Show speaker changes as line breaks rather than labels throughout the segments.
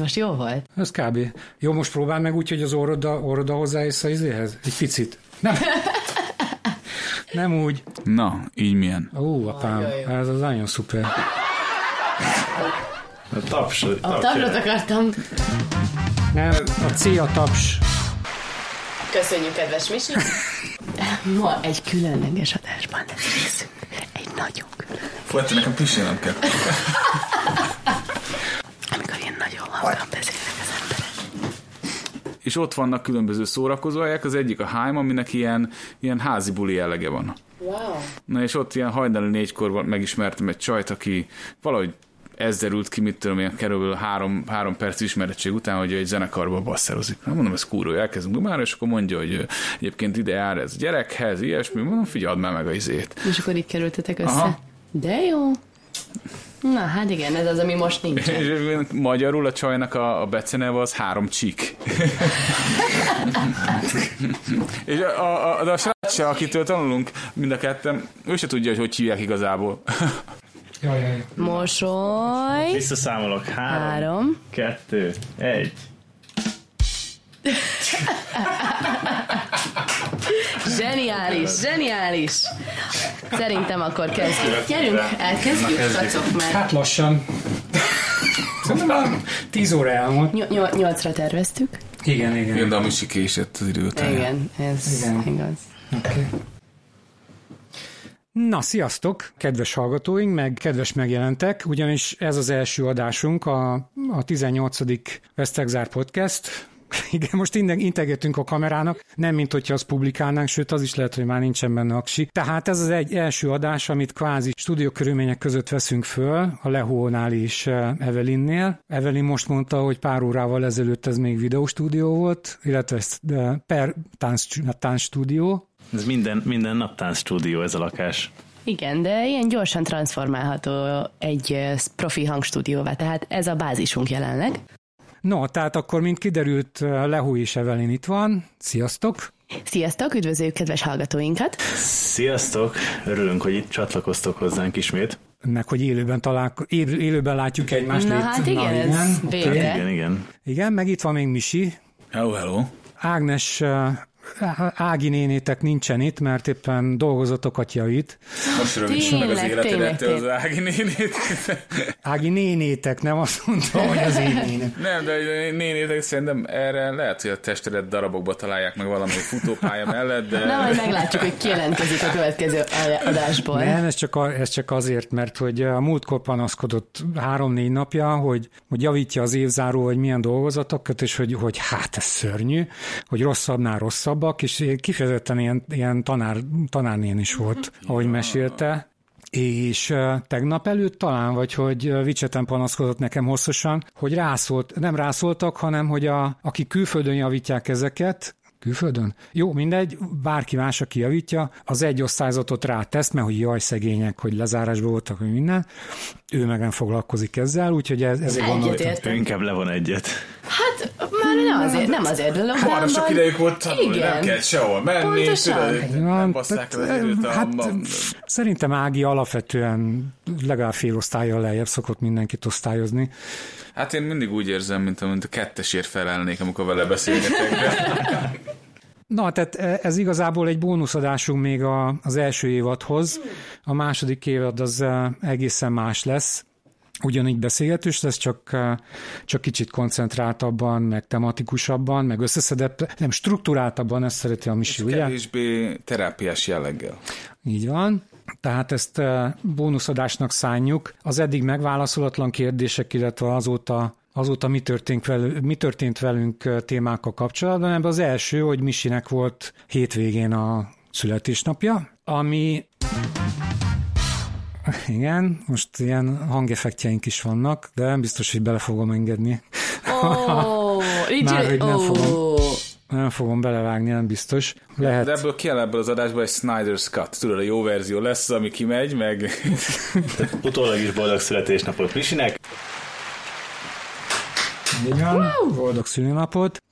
Most jó volt?
Ez kb. Jó, most próbál meg úgy, hogy az orroda, orroda hozzáérsz a izéhez? Egy picit. Nem. Nem úgy.
Na, így milyen?
Ó, apám,
Ajaj, jó.
ez az nagyon szuper.
Na, tapsod,
A tablót akartam.
Nem, a C a taps.
Köszönjük, kedves Misi. Ma egy különleges adásban lesz részünk. Egy nagyon különleges.
Folyton nekem pisilnem kell.
Amikor én nagyon hangan beszélnek az emberek.
És ott vannak különböző szórakozóhelyek, az egyik a hájm, aminek ilyen, ilyen házi buli jellege van.
Wow.
Na és ott ilyen hajnali négykor van- megismertem egy csajt, aki valahogy ez derült ki, mit tudom én, kerül három, három perc ismerettség után, hogy ő egy zenekarba basszerozik. Na, mondom, ez kúró, elkezdünk már, és akkor mondja, hogy ő egyébként ide jár ez gyerekhez, ilyesmi, mondom, figyeld már meg a izét.
És akkor így kerültetek össze.
Aha.
De jó. Na, hát igen, ez az, ami most nincs.
És magyarul a csajnak a, a beceneve az három csík. és a, a, a, de a srác se, akitől tanulunk mind a ketten, ő se tudja, hogy hogy hívják igazából.
Jaj, jaj, jaj.
Mosoly.
Visszaszámolok. Három,
Három.
kettő, egy.
Zseniális, zseniális. Szerintem akkor kezdjük. Gyerünk, elkezdjük, szacok már.
Hát lassan. Szerintem már 10 óra elmúlt.
Ny- nyol- nyolcra terveztük.
Igen, igen.
de a misi késett az idő után.
Igen, ez
Igen.
igaz.
Okay. Na, sziasztok, kedves hallgatóink, meg kedves megjelentek, ugyanis ez az első adásunk, a, a 18. Vesztegzár Podcast. Igen, most innen integetünk a kamerának, nem mint hogyha azt publikálnánk, sőt az is lehet, hogy már nincsen benne aksi. Tehát ez az egy első adás, amit kvázi stúdió körülmények között veszünk föl, a Lehónál és eh, Evelinnél. Evelin most mondta, hogy pár órával ezelőtt ez még videóstúdió volt, illetve ez, eh, per tánc, táncstúdió,
Ez minden, minden naptán stúdió ez a lakás.
Igen, de ilyen gyorsan transformálható egy ö, profi hangstúdióvá, tehát ez a bázisunk jelenleg.
No, tehát akkor, mint kiderült, Lehó és Evelin itt van. Sziasztok!
Sziasztok, üdvözöljük kedves hallgatóinkat!
Sziasztok! Örülünk, hogy itt csatlakoztok hozzánk ismét.
Meg, hogy élőben, találko- él- élőben látjuk egymást.
Na
itt.
hát igen, ez
Okay.
végre.
Igen, igen.
Igen, meg itt van még Misi.
Hello, hello.
Ágnes, eh, Á- Ági nénétek nincsen itt, mert éppen dolgozott a katya itt.
Most
rövidítsük meg az Tényleg, életedet, tényleg, te az tényleg.
Ági nénét.
Ági nénétek, nem azt mondta, hogy az én nénem.
Nem, de nénétek szerintem erre lehet, hogy a testedet darabokba találják meg valami futópálya mellett, de...
Na majd meglátjuk, hogy ki jelentkezik a következő adásból.
Nem, ez csak, a, ez csak azért, mert hogy a múltkor panaszkodott három-négy napja, hogy, hogy javítja az évzáró, hogy milyen dolgozatokat, és hogy, hogy hát ez szörnyű, hogy rosszabbnál rosszabbak, és kifejezetten ilyen, ilyen tanár, tanárnén is volt, ahogy mesélte. És ö, tegnap előtt talán, vagy hogy ö, Vicseten panaszkodott nekem hosszasan, hogy rászólt, nem rászóltak, hanem hogy a, aki külföldön javítják ezeket, Külföldön? Jó, mindegy, bárki más, aki javítja, az egy osztályzatot rátesz, mert hogy jaj, szegények, hogy lezárásban voltak, hogy minden. Ő meg nem foglalkozik ezzel, úgyhogy ez, ezért gondoltam.
Egyetért.
Ő inkább levon egyet.
Hát már nem azért, nem azért dolog.
Arra sok idejük volt tanulni,
Igen.
nem kell sehol menni,
Pontosan.
tudod, nem
Van,
basszák az
tehát,
időt a
hát,
hamban.
f- szerintem Ági alapvetően legalább fél osztályjal lejjebb szokott mindenkit osztályozni.
Hát én mindig úgy érzem, mint, mint a kettesért felelnék, amikor vele beszélgetek. De...
Na, tehát e, ez igazából egy bónuszadásunk még a, az első évadhoz. A második évad az eh, egészen más lesz. Ugyanígy beszélgetős lesz, csak, eh, csak kicsit koncentráltabban, meg tematikusabban, meg összeszedett, nem struktúráltabban, ezt szereti a Misi, ugye?
Kevésbé terápiás jelleggel.
Így van. Tehát ezt eh, bónuszadásnak szánjuk. Az eddig megválaszolatlan kérdések, illetve azóta azóta mi történt, velünk, mi történt velünk eh, témákkal kapcsolatban. Ebben az első, hogy Misinek volt hétvégén a születésnapja, ami igen, most ilyen hangeffektjeink is vannak, de nem biztos, hogy bele fogom engedni.
Ó, így-
Már, hogy nem
ó.
fogom. Nem fogom belevágni, nem biztos. Lehet.
De ebből kell ebből az adásból egy Snyder's Cut. Tudod, a jó verzió lesz, ami kimegy, meg...
Utólag is boldog születésnapot Misinek.
Igen, boldog szülinapot.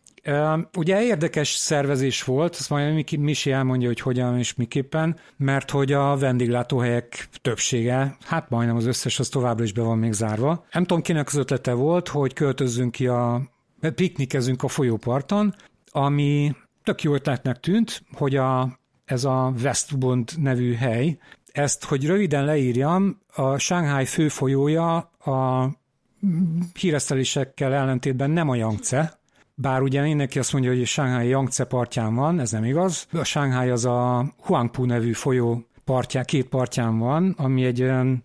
Ugye érdekes szervezés volt, azt majd Miki- Misi elmondja, hogy hogyan és miképpen, mert hogy a vendéglátóhelyek többsége, hát majdnem az összes, az továbbra is be van még zárva. Nem tudom, kinek az ötlete volt, hogy költözzünk ki a piknikezünk a folyóparton, ami tök jó ötletnek tűnt, hogy a, ez a Westbund nevű hely, ezt, hogy röviden leírjam, a Shanghai főfolyója a híresztelésekkel ellentétben nem a Yangtze, bár ugye mindenki azt mondja, hogy a Shanghai Yangtze partján van, ez nem igaz. A Shanghai az a Huangpu nevű folyó partján, két partján van, ami egy olyan,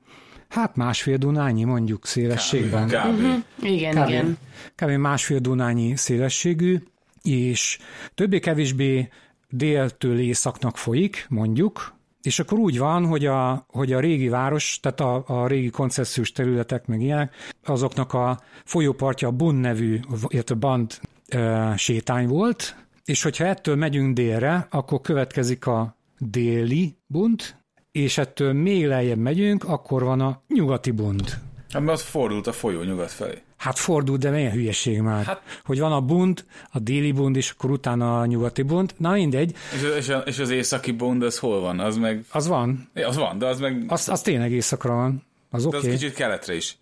hát másfél dunányi mondjuk szélességben.
Kb.
Igen,
Kb.
igen.
Kb. másfél dunányi szélességű, és többé-kevésbé déltől északnak folyik, mondjuk, és akkor úgy van, hogy a, hogy a régi város, tehát a, a régi koncesziós területek meg ilyenek, azoknak a folyópartja a Bun nevű, illetve Band e, sétány volt, és hogyha ettől megyünk délre, akkor következik a déli bunt, és ettől még lejjebb megyünk, akkor van a nyugati bunt.
Hát mert az fordult a folyó nyugat felé.
Hát fordul, de milyen hülyeség már. Hát,
Hát-
hogy van a bund, a déli bund, és akkor utána a nyugati bund. Na mindegy,
És, és, a- és az északi bond, az hol van? Az meg...
az van.
Ja, Az van, de az meg...
Az, az tényleg éjszakra van. Az
De
oké.
az
Okay.
kicsit keletre is.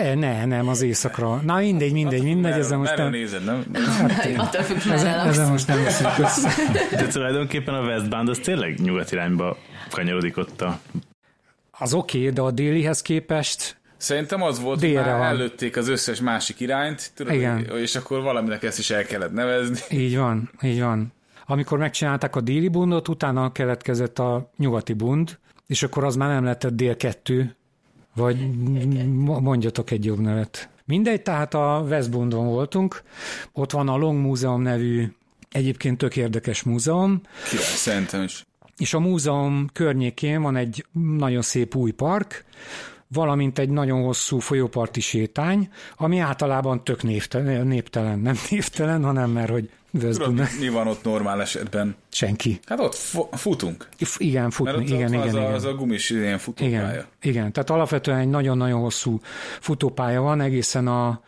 De Ne, nem, az éjszakra. Na mindegy, mindegy, mindegy,
Merre-
ezzel most
merre
nem...
nézed, nem?
Attól függ, hogy
Ezzel,
nálunk.
ezzel most nem veszünk össze.
De tulajdonképpen a West Band az tényleg nyugat irányba kanyarodik ott a...
Az oké, okay, de a délihez képest
Szerintem az volt, hogy
Délre
már
van.
előtték az összes másik irányt, tudod,
Igen.
hogy- és akkor valaminek ezt is el kellett nevezni.
így van, így van. Amikor megcsinálták a déli bundot, utána keletkezett a nyugati bund, és akkor az már nem lehetett dél kettő, vagy mo- mondjatok egy jobb nevet. Mindegy, tehát a Westbundon voltunk, ott van a Long Múzeum nevű egyébként tök érdekes múzeum,
Király, szerintem is.
és a múzeum környékén van egy nagyon szép új park, valamint egy nagyon hosszú folyóparti sétány, ami általában tök névtelen, néptelen, nem névtelen, hanem mert hogy
Tudod,
Westbundon
mi van ott normál esetben?
senki.
Hát ott fo- futunk.
F- Igen,
Mert
futni,
ott,
igen,
ott
igen,
van az,
igen.
A, az a gumis ilyen
igen,
futópálya. Hát
igen, tehát alapvetően egy nagyon-nagyon hosszú futópálya van, egészen a,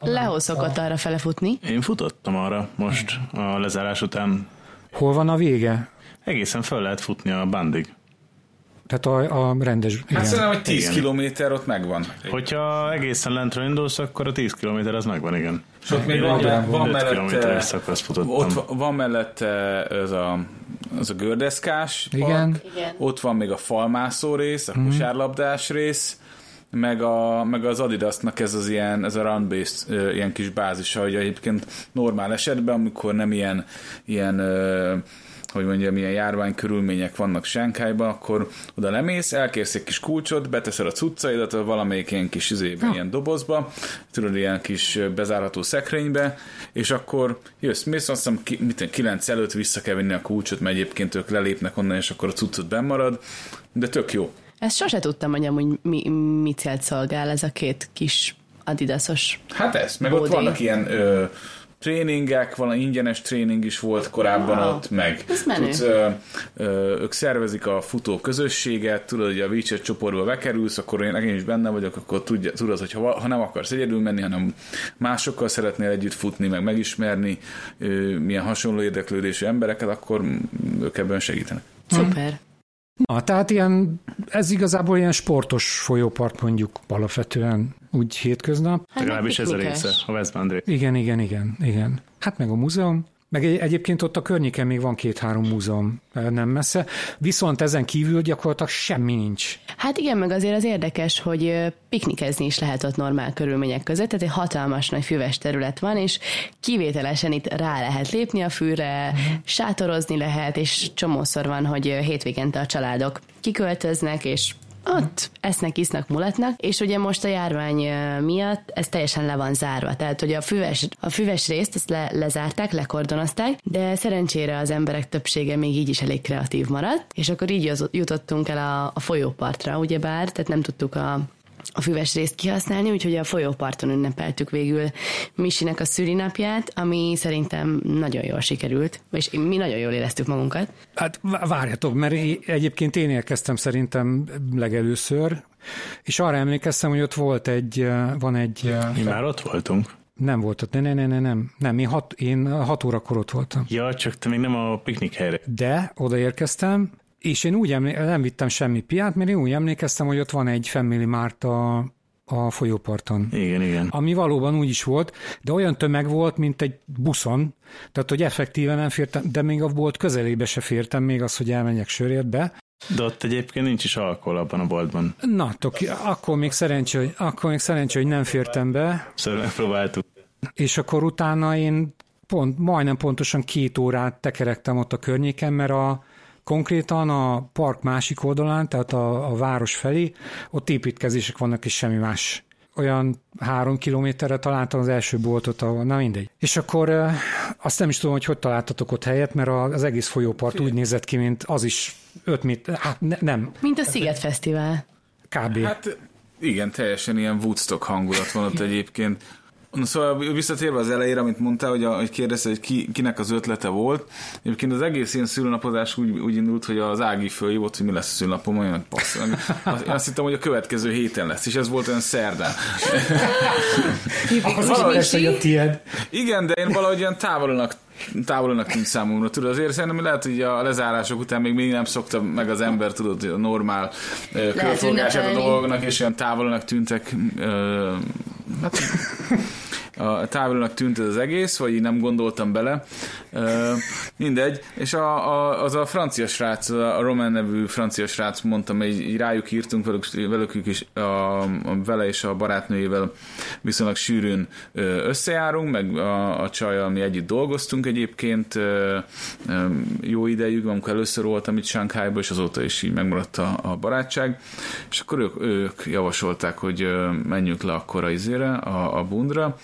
Lehoz szokott arra fele futni.
Én futottam arra most a lezárás után.
hol van a vége?
Egészen fel lehet futni a bandig.
Tehát a, a rendes,
Hát
igen.
szerintem, hogy 10
Igen.
kilométer ott megvan.
Hogyha egészen lentről indulsz, akkor a 10 km az megvan, igen.
És ott még
Én
van,
egy
van
5 kilométeres
mellette...
szakasz futottam.
Ott va- van mellette az a, az a gördeszkás park,
Igen. Mhm.
Igen.
ott van még a falmászó rész, a kosárlabdás rész, meg, a, meg az Adidasnak ez az ilyen, ez a run based ö, ilyen kis bázisa, hogy egyébként normál esetben, amikor nem ilyen, ilyen ö, hogy mondjam, ilyen járványkörülmények vannak Sánkhájban, akkor oda lemész, elkérsz egy kis kulcsot, beteszed a cuccaidat a valamelyik ilyen kis izébe, ilyen dobozba, tudod, ilyen kis ö, bezárható szekrénybe, és akkor jössz, mész, azt hiszem, ki, mit, tudom, kilenc előtt vissza kell vinni a kulcsot, mert egyébként ők lelépnek onnan, és akkor a cuccot bemarad, de tök jó.
Ezt sose tudtam, hogy amúgy mi, mi célt szolgál ez a két kis adidasos.
Hát ez, meg
Bódé.
ott vannak ilyen ö, tréningek, valami ingyenes tréning is volt korábban wow. ott, meg
Ez menő.
ö, ö, ők szervezik a futó közösséget, tudod, hogy a Vicset csoportba bekerülsz, akkor én, én is benne vagyok, akkor tudja, tudod, hogy ha, va- ha nem akarsz egyedül menni, hanem másokkal szeretnél együtt futni, meg megismerni ö, milyen hasonló érdeklődésű embereket, akkor mm, ők ebben segítenek.
Szuper.
Na, tehát ilyen, ez igazából ilyen sportos folyópart mondjuk alapvetően, úgy hétköznap.
Hát
Legalábbis ez a
piknikes.
része, a West Band része.
Igen, igen, igen, igen. Hát meg a múzeum. Meg egy, egyébként ott a környéken még van két-három múzeum eh, nem messze, viszont ezen kívül gyakorlatilag semmi nincs.
Hát igen, meg azért az érdekes, hogy ö, piknikezni is lehet ott normál körülmények között, tehát egy hatalmas nagy füves terület van, és kivételesen itt rá lehet lépni a fűre, sátorozni lehet, és csomószor van, hogy ö, hétvégente a családok kiköltöznek, és ott esznek, isznak, mulatnak, és ugye most a járvány ö, miatt ez teljesen le van zárva. Tehát, hogy a füves, a füves részt ezt le, lezárták, lekordonozták, de szerencsére az emberek többsége még így is elég kreatív maradt, és akkor így az, jutottunk el a, a folyópartra, ugyebár, tehát nem tudtuk a a füves részt kihasználni, úgyhogy a folyóparton ünnepeltük végül Misinek a szülinapját, ami szerintem nagyon jól sikerült, és mi nagyon jól éreztük magunkat.
Hát vá- várjatok, mert é- egyébként én érkeztem szerintem legelőször, és arra emlékeztem, hogy ott volt egy, eh, van egy, eh,
Mi már ott voltunk.
Nem volt ott, ne, ne, ne, ne, nem, nem, én hat, én hat órakor ott voltam.
Ja, csak te még nem a piknik helyre.
De odaérkeztem, és én úgy emlé- nem vittem semmi piát, mert én úgy emlékeztem, hogy ott van egy Family Mart a, a folyóparton.
Igen, igen.
Ami valóban úgy is volt, de olyan tömeg volt, mint egy buszon, tehát hogy effektíven nem fértem, de még a bolt közelébe se fértem, még az, hogy elmenjek sörért be.
De ott egyébként nincs is alkohol abban a boltban.
Na, toki, akkor még szerencsé, hogy, akkor még szerencsé, hogy nem fértem be,
Szóval megpróbáltuk.
és akkor utána én pont, majdnem pontosan két órát tekerektem ott a környéken, mert a, konkrétan a park másik oldalán, tehát a, a város felé, ott építkezések vannak, és semmi más. Olyan három kilométerre találtam az első boltot, ahol, na mindegy. És akkor eh, azt nem is tudom, hogy hogy találtatok ott helyet, mert a- az egész folyópart úgy nézett ki, mint az is 5 méter, hát ne, nem,
Mint a Sziget Fesztivál.
kb. Hát,
Hát igen, teljesen ilyen Woodstock hangulat van ott egyébként. Na, Szóval visszatérve az elejére, amit mondtál, hogy, a, hogy kérdezte, hogy ki, kinek az ötlete volt. Egyébként az egész ilyen szülőnapozás úgy, úgy indult, hogy az Ági fölhívott, hogy mi lesz a szülőnapom, olyan passz. Azt, azt hittem, hogy a következő héten lesz, és ez volt olyan szerdán.
Tipikus Misi.
tied.
Igen, de én valahogy olyan távolnak távolnak tűnt számomra, tudod, azért szerintem lehet, hogy a lezárások után még mindig nem szokta meg az ember, tudod, a normál ö, körforgását a
ünnepelni.
dolgoknak, és olyan távolnak tűntek ö, hát, a távolnak tűnt ez az egész, vagy így nem gondoltam bele. Ö, mindegy. És a, a, az a francia srác, a Roman nevű francia srác, mondtam, így, így rájuk írtunk velük, velük is, a, a, vele és a barátnőjével viszonylag sűrűn ö, összejárunk, meg a, a csajjal mi együtt dolgoztunk egyébként. Ö, ö, jó idejük, van, amikor először voltam itt Sánkhájban, és azóta is így megmaradt a, a barátság. És akkor ők, ők javasolták, hogy ö, menjünk le akkor a izére, a, a bundra.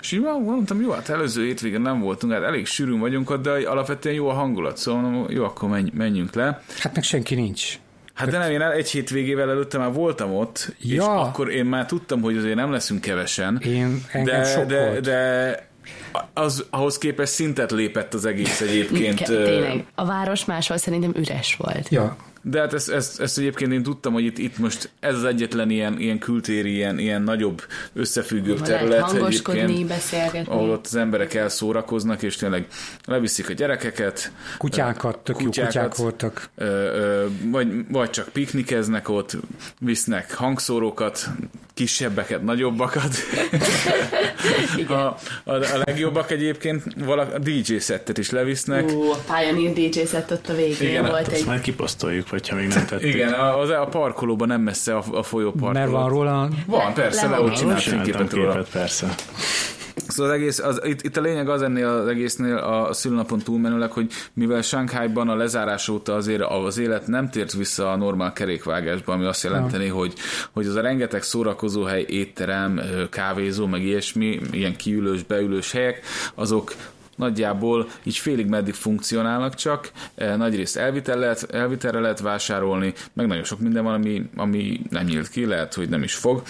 És így már mondtam, jó, hát előző hétvégén nem voltunk, hát elég sűrűn vagyunk ott, de alapvetően jó a hangulat, szóval mondom, jó, akkor menj, menjünk le.
Hát meg senki nincs.
Hát de nem, én el- egy hétvégével előtte már voltam ott, ja. és
Ja.
akkor én már tudtam, hogy azért nem leszünk kevesen.
Én- engem
de,
sok
de,
volt.
de az, ahhoz képest szintet lépett az egész egyébként.
Ke- Tényleg, a város máshol szerintem üres volt.
Ja,
De hát ezt, ezt, ezt egyébként én tudtam, hogy itt, itt most ez az egyetlen ilyen, ilyen kültéri, ilyen, ilyen nagyobb, összefüggőbb
Ahol
terület
lehet hangoskodni,
egyébként,
beszélgetni.
ahol ott az emberek elszórakoznak, és tényleg leviszik a gyerekeket.
kutyákat, tök jó
Kutyákat.
kutyák voltak.
Ö, ö, vagy, vagy csak piknikeznek ott, visznek hangszórókat, kisebbeket, nagyobbakat. a, a, a legjobbak egyébként valak, a DJ szettet is levisznek.
Ú, a Pioneer DJ set ott a végén
Igen,
Igen,
hát
volt
Azt
egy...
majd kiposztoljuk, hogyha még nem tettük.
Hát Igen, a, az- a parkolóban nem messze a, a folyóparkoló.
Mert van róla
Van, persze, le,
Le-
ott
le-
csinált
Csináltam
fényképet róla.
képet, persze.
Szóval az egész, az, itt, itt, a lényeg az ennél az egésznél a szülőnapon túlmenőleg, hogy mivel Sánkhájban a lezárás óta azért az élet nem tért vissza a normál kerékvágásba, ami azt jelenteni, hogy, hogy az a rengeteg szórakozóhely, étterem, ö, kávézó, meg ilyesmi, ilyen kiülős, beülős helyek, azok nagyjából így félig meddig funkcionálnak csak, eh, nagyrészt elvitelre lehet, elvitelre lehet vásárolni, meg nagyon sok minden van, ami, ami nem nyílt ki, lehet, hogy nem is fog.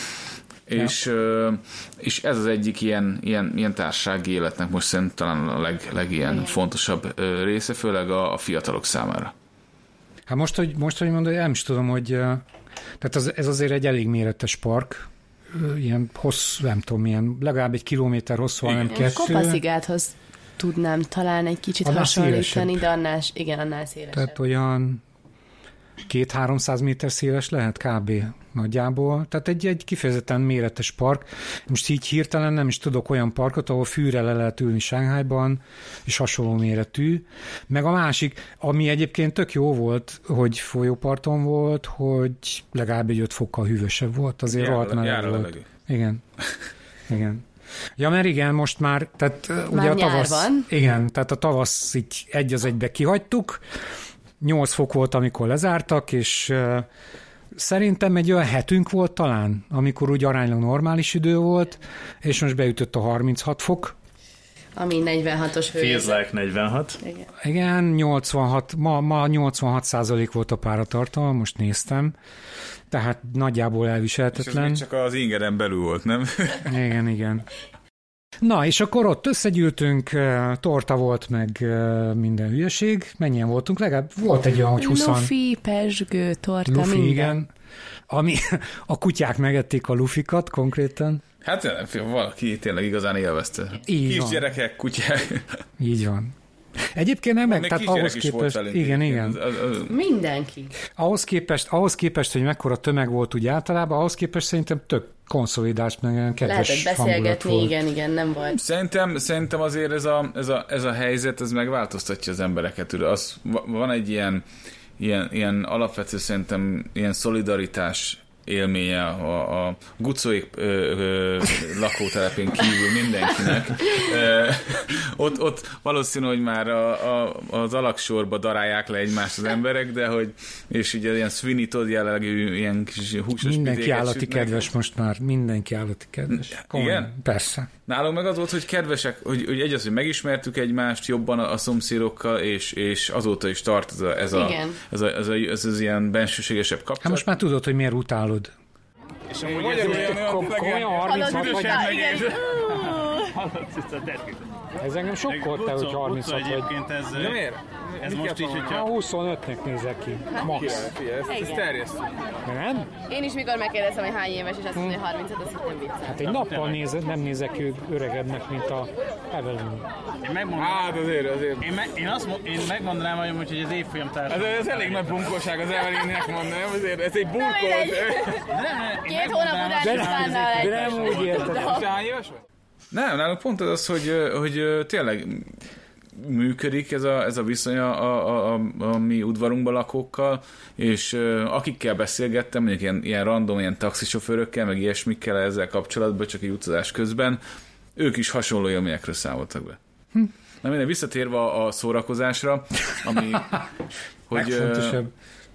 És, ö, és ez az egyik ilyen, ilyen, ilyen társági életnek most szerintem talán a leg, legilyen fontosabb ö, része, főleg a, a fiatalok számára.
Hát most, hogy, most, hogy mondod, nem is tudom, hogy... eh, Tehát az, ez azért egy elég méretes park, Ö, ilyen hosszú, nem tudom, ilyen legalább egy kilométer hosszú, hanem
A
kettő.
Kopaszigáthoz tudnám talán egy kicsit
Annál
hasonlítani,
szélesebb.
de annál, igen, annál szélesebb.
Tehát olyan két-háromszáz méter széles lehet kb. nagyjából. Tehát egy, egy kifejezetten méretes park. Most így hirtelen nem is tudok olyan parkot, ahol fűre le lehet ülni Sánkhájban, és hasonló méretű. Meg a másik, ami egyébként tök jó volt, hogy folyóparton volt, hogy legalább egy 5 fokkal hűvösebb volt, azért
Jár-
rohadt
jár
meleg
a
volt.
levegő.
Igen. Igen. Ja, mert igen, most már, tehát már ugye a
nyár
tavasz,
van.
igen, tehát a tavasz így egy az egybe kihagytuk, 8 fok volt, amikor lezártak, és ö, szerintem egy olyan hetünk volt talán, amikor úgy aránylag normális idő volt, és most beütött a 36 fok.
Ami 46-os
Feels
hőérzet.
like 46.
Igen, 86, ma, ma 86 százalék volt a páratartalom, most néztem, tehát nagyjából elviselhetetlen.
csak az ingeren belül volt, nem?
Igen, igen. Na, és akkor ott összegyűltünk, eh, torta volt, meg eh, minden hülyeség. Mennyien voltunk? Legalább volt egy olyan, hogy 20
Lufi, pesgő, torta,
lufi
minden.
igen. ami a kutyák megették a lufikat konkrétan.
Hát tényleg, fiam, valaki tényleg igazán élvezte.
Így van.
Kisgyerekek, kutyák.
Így van. Egyébként nem meg,
Még
tehát
kisgyerek
ahhoz
is volt
képest,
velünk.
igen, igen,
Az, az, az,
Mindenki.
ahhoz képest, ahhoz képest, hogy mekkora tömeg volt úgy általában, ahhoz képest szerintem tök konszolidált, meg olyan kedves
Lehetett
hangulat
beszélgetni,
volt.
igen, igen, nem volt.
Szerintem, szerintem azért ez a, ez, a, ez a helyzet, ez megváltoztatja az embereket. Ugye az, va- van egy ilyen, ilyen, ilyen alapvető szerintem ilyen szolidaritás élménye a, a gucóik ö, ö, lakótelepén kívül mindenkinek. Ö, ott, ott valószínű, hogy már a, a, az alaksorba darálják le egymást az emberek, de hogy, és ugye ilyen Sweeney Todd jellegű ilyen kis húsos
Mindenki
pidéket
állati
sütnek.
kedves most már, mindenki állati kedves. Komolyan, Persze.
Nálunk meg az volt, hogy kedvesek, hogy, hogy egy az, hogy megismertük egymást jobban a, a szomszédokkal, és, és azóta is tart ez, a, ez, a,
Igen.
ez, a, ez, a, ez az ilyen bensőségesebb kapcsolat.
Hát most már tudod, hogy miért utálod.
igen.
Ez engem sokkolt, hogy 36 vagy.
egyébként ez, ez most így, hogyha
25-nek nézek ki, max. Nem?
Én is mikor megkérdeztem, hogy hány éves, és azt mondja, hogy 30 azt hittem viccel.
Hát egy nappal néze, nem nézek ki öregebbnek, mint a Evelyn.
Én megmondom,
Hát azért, azért.
én, me, én, azt, mo- én megmondanám, hogy amúgy, hogy az évfolyam
Ez,
társadalom.
ez elég nagy bunkóság az Evelynnek mondanám, azért ez egy
mindegy.
burkolt.
Két hónap után is vállal egy.
De nem úgy érted.
Most hány éves vagy?
Nem, nálunk pont az az, hogy, ö, hogy ö, tényleg működik ez a, ez a viszony a, a, a, a mi udvarunkban lakókkal, és ö, akikkel beszélgettem, mondjuk ilyen, ilyen random, ilyen taxisofőrökkel, meg ilyesmikkel ezzel kapcsolatban, csak egy utazás közben, ők is hasonló élményekről számoltak be. Na minden, visszatérve a a szórakozásra, ami, hogy, ö,
Legfontosabb.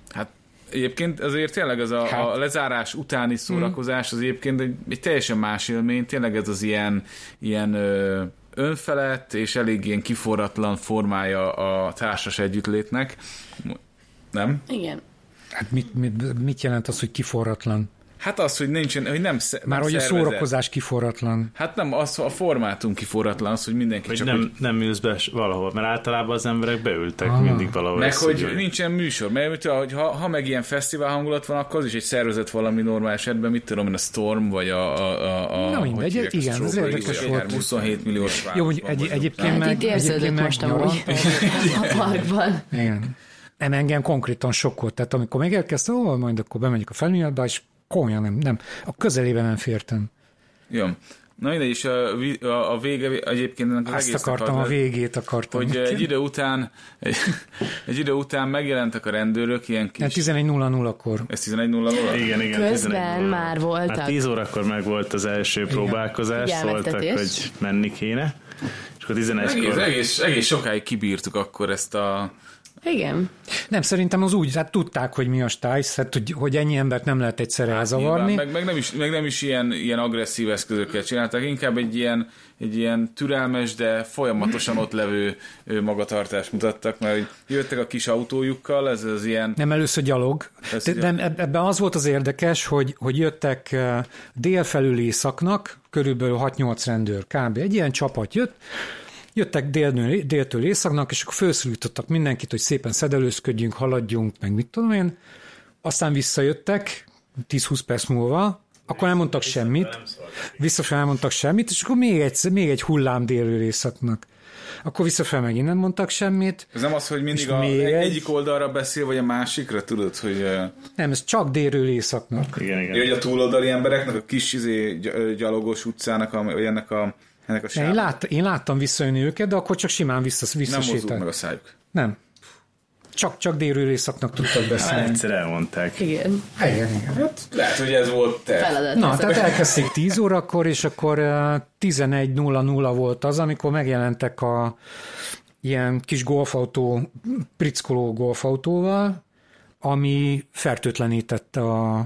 Hát egyébként azért tényleg az a, hát. a lezárás utáni szórakozás az egyébként egy, egy teljesen más élmény, tényleg ez az ilyen, ilyen ö, önfelett és elég ilyen kiforratlan formája a társas együttlétnek. Nem?
Igen.
Hát mit, mit, mit jelent az, hogy kiforratlan?
Hát az, hogy nincsen, hogy nem, sze- nem
Már hogy a
szervezett.
szórakozás kiforratlan.
Hát nem, az a formátum kiforratlan, az, hogy mindenki
Hogy
csak
nem,
úgy-
nem ülsz be s- valahol, mert általában az emberek beültek ah. mindig valahol.
meg
ezt
hogy
így-
nincsen műsor, mert mit tudom, hogy ha, ha meg ilyen fesztivál hangulat van, akkor az is egy szervezet valami normál esetben, mit tudom én, a Storm, vagy a... a, a, a
Na
hogy
mindegy,
hívják,
igen,
a
ez
Strawberry
érdekes
Hill,
volt.
akár 27 millió
Jó, hogy egy, egyébként
Hát
meg...
itt érződött
egyébként
most
meg
amúgy a parkban.
Igen. Nem, engem konkrétan sokkolt. Tehát amikor még elkezdtem, ó, majd akkor bemegyek a felműjelbe, és komolyan nem, nem, a közelébe nem fértem.
Jó. Na mindegy, és a, vi- a, a vége egyébként ennek az
Azt
egésznek
akartam,
az-
a végét akartam.
hogy eh, egy idő után egy, egy idő után megjelentek a rendőrök ilyen kis...
Nem, 11.00-kor.
Ez 11 0
Igen, igen.
Közben már
Hát
voltak.
10 órakor meg volt az első próbálkozás, szóltak,
Figyelmeztetés.
hogy menni kéne. És akkor
Egész,
11-kor
egész, egész sokáig kibírtuk akkor ezt a...
Igen.
Nem, szerintem az úgy, hát tudták, hogy mi a stájsz, hát, hogy, hogy ennyi embert nem lehet egyszerre elzavarni.
Hát Nyilván, meg, meg, nem is, meg nem is ilyen, ilyen agresszív eszközökkel csinálták, inkább egy ilyen, egy ilyen türelmes, de folyamatosan ott levő ö, magatartást mutattak, mert hogy jöttek a kis autójukkal, ez az ilyen...
Nem először gyalog.
Persze,
De, nem, eb- ebben az volt az érdekes, hogy, hogy jöttek eh, délfelül északnak, körülbelül 6-8 rendőr kb. Egy ilyen csapat jött, jöttek délnől, déltől északnak, és akkor felszólítottak mindenkit, hogy szépen szedelőzködjünk, haladjunk, meg mit tudom én. Aztán visszajöttek 10-20 perc múlva, akkor nem mondtak semmit, visszafelé nem mondtak semmit, és akkor még egy, még egy hullám délről északnak. Akkor visszafelé megint nem mondtak semmit,
Ez nem az, hogy mindig
És
a,
még
egy...
egy?
egyik oldalra beszél, vagy a másikra, tudod, hogy, ö,
nem, ez csak délről északnak.
igen, igen.
hogy a túloldali embereknek, a kis izé, gy- ö, gyalogos utcának, ami- vagy ennek a, ennek a
Ja, Én,
sávnak
lát, én láttam visszajönni őket, de akkor csak simán vissza,
nem mozdul
visszasétált.
meg
Nem,
a szájuk.
nem. Csak, csak délről északnak tudtak
Már
beszélni.
Hát egyszer elmondták.
Igen.
Hát,
Igen, igen.
Lehet, hogy ez volt te.
Feladat.
Na, hát
ez
tehát elkezdték 10 órakor, és akkor eh, 11.00 volt az, amikor megjelentek a ilyen kis golfautó, prickoló golfautóval, ami fertőtlenítette a, a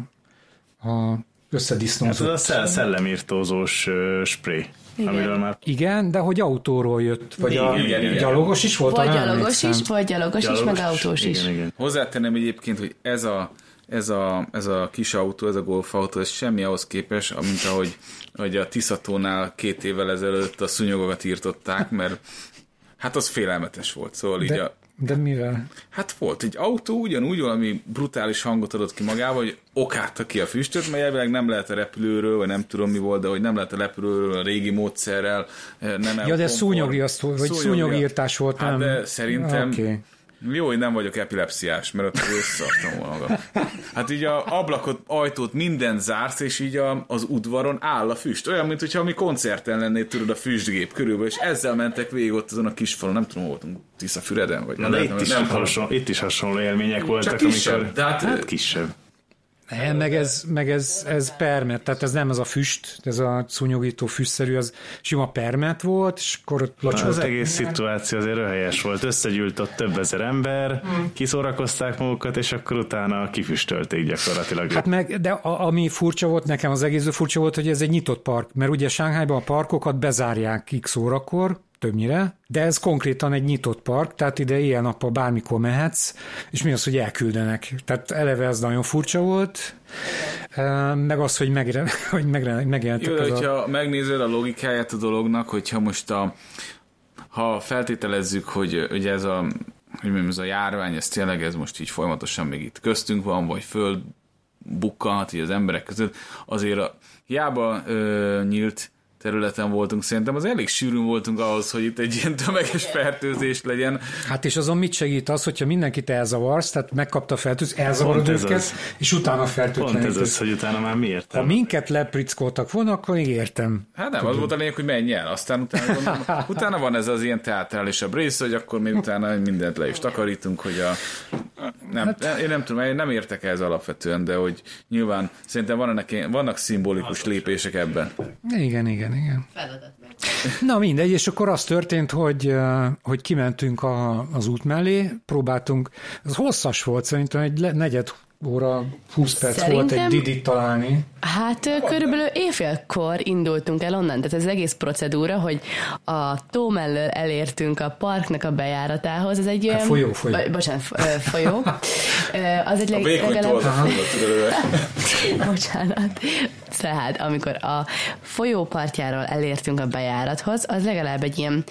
Hát az
összedisznózott.
a szell- szellemírtózós ö, spré, amiről már
Igen, de hogy autóról jött, vagy a
Igen, igen.
gyalogos is volt?
Vagy
Arra nem
gyalogos
emlékszem.
is, vagy gyalogos is, meg
gyalogos-
autós is.
Igen, igen.
Hozzátenem egyébként, hogy ez a, ez a, ez a kis autó, ez a golfautó, ez semmi ahhoz képes, mint ahogy, hogy a Tiszatónál két évvel ezelőtt a szúnyogokat írtották, mert hát az félelmetes volt, szóval így
De-
a,
De mivel?
Hát volt egy autó, ugyanúgy valami brutális hangot adott ki magába, hogy okálta ki a füstöt, mert elvileg nem lehet a repülőről, vagy nem tudom mi volt, de hogy nem lehet a repülőről a régi módszerrel, eh, nem
Ja, de szúnyogi azt, vagy szúnyogírtás volt,
hát
nem?
de szerintem...
Oké.
Jó, hogy nem vagyok epilepsziás, mert ott összeartam volna magam. Hát így a ablakot, ajtót, mindent zársz, és így a, az udvaron áll a füst. Olyan, mint hogyha mi koncerten lennél, tudod, a füstgép körülbelül, és ezzel mentek végig ott azon a kis falon, nem tudom, hol voltunk, Tiszafüreden, vagy
Na, de itt is, nem hasonló, itt is hasonló élmények voltak,
kisebb,
amikor...
de hát-
hát kisebb.
Nem, meg ez, meg ez, ez permet, tehát ez nem az a füst, ez a szúnyogító füstszerű, az sima permet volt, és akkor ott
Az
locsoltak.
egész szituáció azért röhelyes volt. Összegyűlt ott több ezer ember, kiszórakozták magukat, és akkor utána kifüstölték gyakorlatilag.
Hát meg, de a, ami furcsa volt nekem, az egész furcsa volt, hogy ez egy nyitott park, mert ugye Sánkhájban a parkokat bezárják x órakor, többnyire, de ez konkrétan egy nyitott park, tehát ide ilyen-nappal bármikor mehetsz, és mi az, hogy elküldenek. Tehát eleve ez nagyon furcsa volt, eh, meg az, hogy, megre, hogy megre, megjelentek
Jó, de
ez a...
hogyha megnézed a logikáját a dolognak, hogyha most a, ha feltételezzük, hogy ugye ez a, hogy mondjam, ez a járvány, ez tényleg ez most így folyamatosan még itt köztünk van, vagy föl bukkanhat így az emberek között, azért a, hiába ö, nyílt területen voltunk, szerintem az elég sűrűn voltunk ahhoz, hogy itt egy ilyen tömeges fertőzés legyen.
Hát és azon mit segít az, hogyha mindenkit elzavarsz, tehát megkapta a fertőz, elzavarod
Pont ez
őket,
az.
és utána
Pont ez az,
fertőtlenítesz.
hogy utána már miért?
Ha minket leprickoltak volna, akkor még értem.
Hát nem, az volt a lényeg, hogy menj el, aztán utána, gondolom, utána van ez az ilyen teátrálisabb része, hogy akkor még utána mindent le is takarítunk, hogy a... Nem, hát, én nem tudom, én nem értek ehhez alapvetően, de hogy nyilván szerintem van ennek, ilyen- vannak szimbolikus lépések ebben.
Igen, igen, igen.
Feladat meg.
Na mindegy, és akkor az történt, hogy, eh, hogy kimentünk a, az út mellé, próbáltunk, ez hosszas volt, szerintem egy le- negyed óra, 20 perc volt egy
Szerintem-
didit találni.
Hát ö, körülbelül éjfélkor indultunk el onnan, tehát ez az egész procedúra, hogy a tó mellől elértünk a parknak a bejáratához, ez egy...
Hát
ö,
folyó, folyó.
ö, Bocsánat, f- ö, folyó. Ö, Az egy leg,
Vékony
legalább...
toldra fogod, tudod,
Bocsánat. Tehát, amikor a folyó partjáról elértünk a bejárathoz, az legalább egy ilyen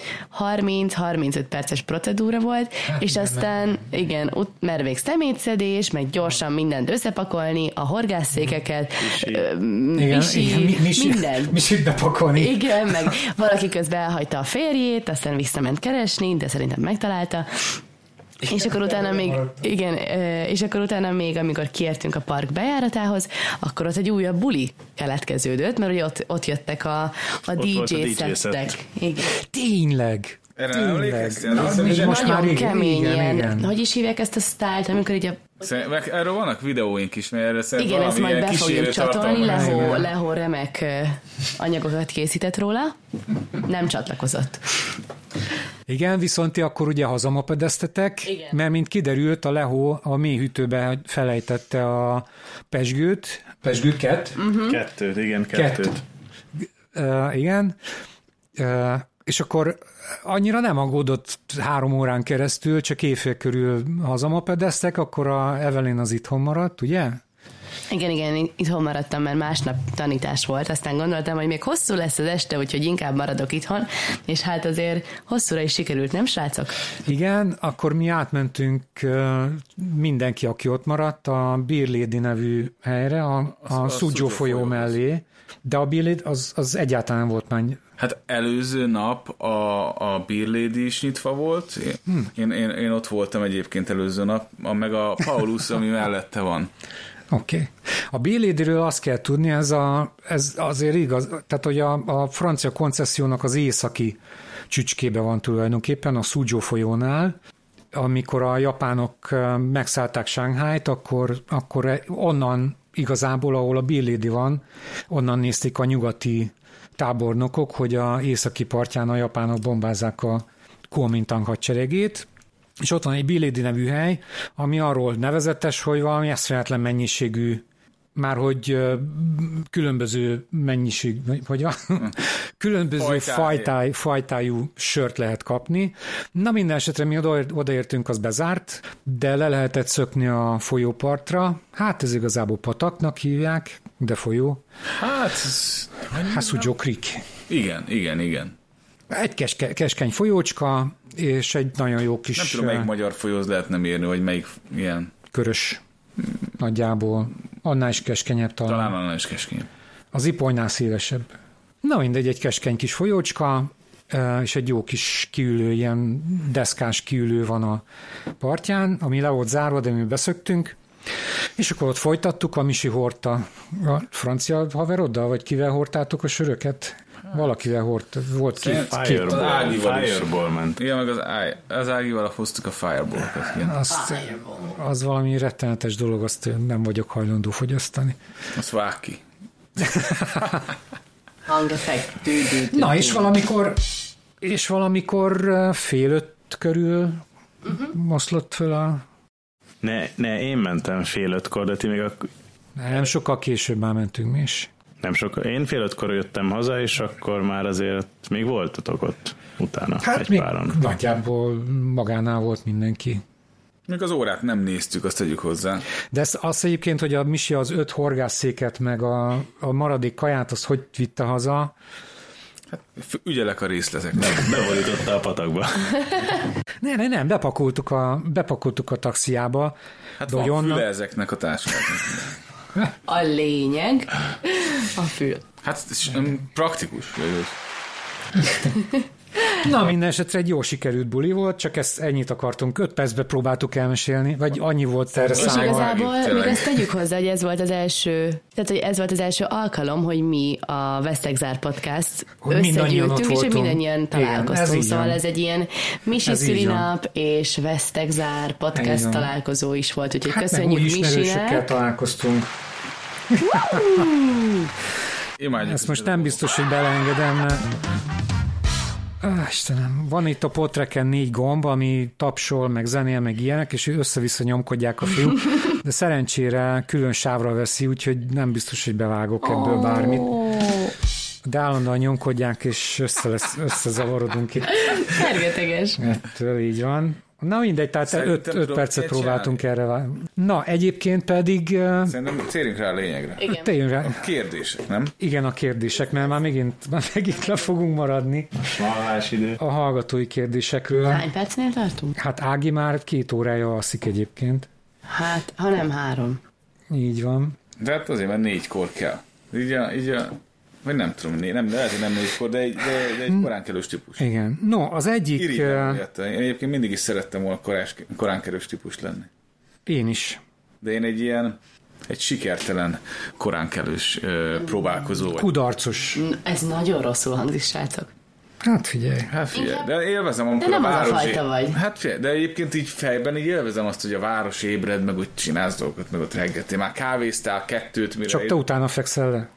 30-35 perces procedúra volt,
Hát
és aztán, igen, ut, mert még szemétszedés, meg gyorsan mindent összepakolni, a horgásszékeket,
Igen,
misi,
igen, mi, misi,
minden.
Misit bepakolni.
Igen, meg valaki közben elhagyta a férjét, aztán visszament keresni, de szerintem megtalálta. És akkor utána még, igen, ö, és akkor utána még, amikor kiértünk a park bejáratához, akkor ott egy újabb buli keletkeződött, mert ugye ott, ott jöttek a, a
volt a
DJ
DJ szett.
szettek. Igen.
Tényleg.
Erre nem emlékeztél? Azt hiszem,
Tényleg.
hogy
Most már
Nagyon
igen,
kemény
igen,
ilyen,
igen.
hogy is hívják ezt a sztájlt, amikor így a
Szerintem- meg Erről vannak videóink is, mert erre szerintem
igen, ezt majd be
valamilyen
fogjuk
kísérő
csatolni,
tartalma.
Lehó, Lehó remek ö, anyagokat készített róla, nem csatlakozott.
Igen, viszont ti akkor ugye hazamapedeztetek,
Igen.
mert mint kiderült, a Lehó a mélyhűtőbe felejtette a pesgőt. Pesgőket?
Kettőt, igen, kettőt.
Kettőt. Uh, igen. Uh, és akkor annyira nem aggódott három órán keresztül, csak éjfél körül hazamapedeztek, akkor a Evelyn az itthon maradt, ugye?
Igen, igen, itthon maradtam, mert másnap tanítás volt, aztán gondoltam, hogy még hosszú lesz az este, úgyhogy inkább maradok itthon, és hát azért hosszúra is sikerült, nem srácok?
Igen, akkor mi átmentünk uh, mindenki, aki ott maradt, a Beer Lady nevű helyre, a, a, a Szudzsó folyó mellé, de a Beer Lady az, az egyáltalán nem volt már
Hát előző nap a, a Beer Lady is nyitva volt. Én, én, én, én ott voltam egyébként előző nap, a, meg a Paulus, ami mellette van.
Oké. Okay. A Bélédiről azt kell tudni, ez, a, ez azért igaz, tehát hogy a, a francia koncessziónak az északi csücskébe van tulajdonképpen, a Suzhou folyónál, amikor a japánok eh, megszállták Sánghájt, akkor, akkor e- onnan igazából, ahol a Bélédi van, onnan nézték a nyugati tábornokok, hogy a északi partján a japánok bombázzák a Kuomintang hadseregét, és ott van egy Bilédi nevű hely, ami arról nevezetes, hogy valami eszméletlen mennyiségű már hogy ö, különböző mennyiség, vagy- vagy a,
Hm.
különböző
Fajtáj.
fajtáj, fajtájú sört lehet kapni. Na minden esetre mi oda- odaértünk, az bezárt, de le lehetett szökni a folyópartra. Hát ez igazából pataknak hívják, de folyó.
Hát, ez-
Hasujo Creek.
igen, igen, igen.
Egy keske, keskeny folyócska, és egy nagyon jó kis
Nem tudom, melyik
eh,
magyar folyóz lehetne mérni, vagy melyik ilyen.
körös nagyjából. Annál is keskenyebb talán.
Talán annál is keskeny.
Az ipolynál szélesebb. Na mindegy, egy keskeny kis folyócska, eh, és egy jó kis kiülő, ilyen deszkás kiülő van a partján, ami le volt zárva, de mi beszöktünk, és akkor ott folytattuk, a Misi hordta a francia haveroddal, vagy kivel hordtátok a söröket? Valakivel hordta, volt ki.
Fireball,
Ágival is.
Fireball ment.
Igen, meg az, Ági- az Ágival hoztuk a Fireball-kat. Igen.
Azt, az valami rettenetes dolog, azt nem vagyok hajlandó fogyasztani.
Azt vág ki.
Hangefekt. Tű, tű, tű.
Na, és valamikor, és valamikor eh, fél öt körül
Mhm.
moszlott föl a...
Ne, ne, én mentem fél ötkor, de ti még ak-
Nem, sokkal később már mentünk mi is.
nem sok. Én fél ötkor jöttem haza, és akkor már azért még voltatok ott utána hát egy
még
páran.
nagyjából magánál volt mindenki.
Még az órát nem néztük, azt tegyük hozzá.
De ez, az egyébként, hogy a Misi az öt horgászéket, meg a, a maradék kaját, azt hogy vitte haza?
F- Ügyelek a részletekre.
Bevolította a patakba.
Ne, ne, nem, bepakoltuk a, bepakoltuk a taxiába.
Hát
de
van
hogy
onnan...
onnan-
füle ezeknek a társadalmak.
A lényeg a fül.
Hát ez nem praktikus. vagy-
Na, minden esetre egy jó sikerült buli volt, csak ezt ennyit akartunk. Öt percbe próbáltuk elmesélni, vagy annyi volt erre
És
száma.
igazából még
tényleg.
ezt tegyük hozzá, hogy ez volt az első, tehát hogy ez volt az első alkalom, hogy mi a Vesztegzár Podcast
Hogy mindannyian ott
összegyűltünk, és hogy
voltunk.
mindannyian
Igen,
találkoztunk.
ez így
szóval
van.
ez egy ilyen Misi
Ez így
Szülinap és Vesztegzár
Ez így
Podcast
van.
találkozó is volt, úgyhogy
Hát meg új
köszönjük
ismerősökkel
Misinek.
találkoztunk.
Imádjuk.
Ezt most nem biztos, hogy beleengedem, mert... Á, Istenem, van itt a potreken négy gomb, ami tapsol, meg zenél, meg ilyenek, és össze-vissza nyomkodják a fiúk, de szerencsére külön sávra veszi, úgyhogy nem biztos, hogy bevágok ebből bármit. De állandóan nyomkodják, és össze lesz, összezavarodunk itt.
Fergeteges.
Ettől így van. Na mindegy, tehát
Szerintem
5
tudok
percet
ilyet
próbáltunk erre. vá- Na, egyébként pedig... eh,
Szerintem térjünk rá a lényegre.
Igen.
Térjünk rá.
Kérdések, nem?
Igen, a kérdések, mert már megint, már megint le fogunk maradni
Más idő.
a hallgatói kérdésekről.
Hány percnél tartunk?
Hát Ági már két órája alszik egyébként.
Hát, ha nem három.
Így van.
De hát azért, mert négykor kell. Így a, így a vagy nem tudom, né, nem, lehet, hogy nem négykor, de egy, de, de egy koránkelős típus.
Igen. No, az egyik...
Irigyem
eh,
miatt. Én egyébként mindig is szerettem volna korás, koránkelős típus lenni.
Én is.
De én egy ilyen, egy sikertelen koránkelős ö, próbálkozó vagyok.
Kudarcos.
N- Ez nagyon rosszul hangzik, srácok.
Hát figyelj.
Hát figyelj, de élvezem, amikor
nem
a
az a
városi...
fajta vagy.
Hát figyelj, de egyébként így fejben így élvezem azt, hogy a város ébred, meg úgy csinálsz dolgokat, meg ott reggeltél. Már kávéztál kettőt, mire...
Csak te utána fekszel le.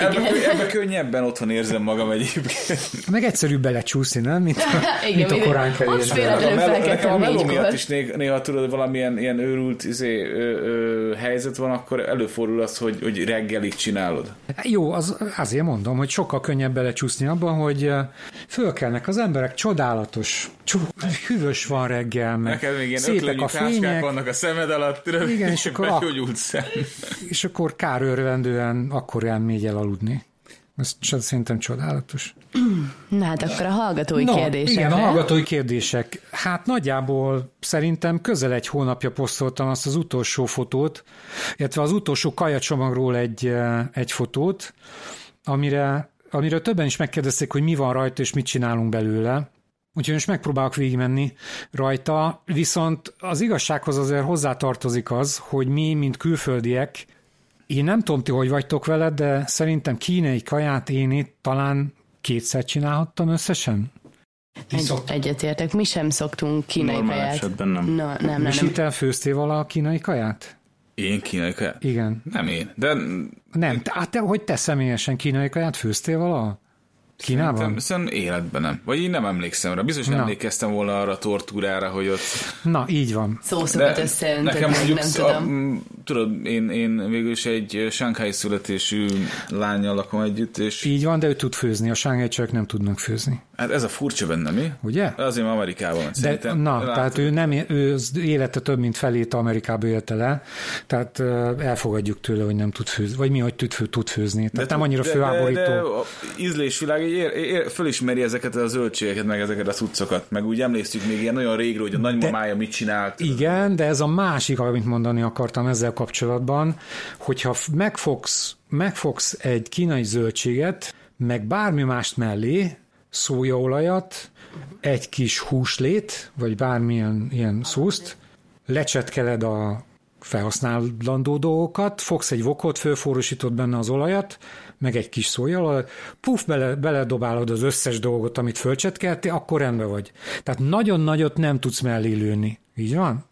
ebbe, kö- ebbe, könnyebben otthon érzem magam egyébként.
Meg egyszerűbb belecsúszni, nem? Mint a,
Igen,
mint a
mindig.
korán
Ott
kerésben.
félre-
A
Előbb
meló,
felkeltem
nekem a meló
négykor.
miatt is néha, néha tudod, valamilyen ilyen őrült izé, ö, ö, helyzet van, akkor előfordul az, hogy, hogy reggelig csinálod.
Jó, az, azért mondom, hogy sokkal könnyebb belecsúszni abban, hogy eh, fölkelnek az emberek, csodálatos, csú- hűvös van reggel, meg
Neked még ilyen
szépek
öklönyi
a
táskák
fények,
vannak a szemed alatt, tudod,
Igen, és akkor ak-
begyógyult szem.
és akkor kár örvendően akkor elmégy el aludni. Ez c- szerintem csodálatos.
Na hát akkor a hallgatói
Na,
kérdésekre.
Igen, a hallgatói kérdések. Hát nagyjából szerintem közel egy hónapja posztoltam azt az utolsó fotót, illetve az utolsó kajacsomagról egy, eh, egy fotót, amire, amire többen is megkérdezték, hogy mi van rajta és mit csinálunk belőle. Úgyhogy most megpróbálok végigmenni rajta, viszont az igazsághoz azért hozzátartozik az, hogy mi, mint külföldiek, én nem tudom, ti hogy vagytok vele, de szerintem kínai kaját én itt talán kétszer csinálhattam összesen.
Egy, egyetértek, mi sem szoktunk kínai
Normál
kaját.
esetben nem.
Na, nem, nem, nem.
És itt elfőztél vala a kínai kaját?
Én kínai kell?
Igen.
Nem én, de
Nem, te- hát te, hogy te személyesen kínai kaját főztél vala? Kínában?
Szerintem, szerintem életben nem. Vagy így nem emlékszem rá. Biztos nem
Na.
emlékeztem volna arra a tortúrára, hogy ott...
Na, így van.
Szószokat összeöntöttek,
nekem
nem
mondjuk, a,
tudom.
m, tudod, én, én végül is egy ö, sánkhái születésű lányjal lakom együtt, és
Így van, de ő tud főzni, a sángelycsők nem tudnak főzni.
hát ez a furcsa benne, mi?
Ugye?
Azért már Amerikában van.
De,
Szerintem
na,
látod,
tehát ő, nem, ő az élete több, mint felét Amerikába élte le, tehát ö, elfogadjuk tőle, hogy Hát nem tud főzni, vagy mi, hogy tud, fő, tud főzni. Tehát nem annyira
de,
főáborító.
De, de, a ízlésvilág így ér, ér, fölismeri ezeket a zöldségeket, meg ezeket a cuccokat. Meg úgy emlékszük még ilyen nagyon régről, hogy a nagymamája mit csinált.
Igen, de ez a másik, amit mondani akartam ezzel kapcsolatban, hogyha f- megfogsz, megfogsz egy kínai zöldséget, meg bármi mást mellé, szójaolajat, egy kis húslét, vagy bármilyen ilyen szúszt, lecsetkeled a felhasználandó dolgokat, fogsz egy vokot, fölforosítod benne az olajat, meg egy kis szójalajat, puf, bele, beledobálod az összes dolgot, amit fölcsetkeltél, akkor rendben vagy. Tehát nagyon nagyot nem tudsz mellé lőni. Így van?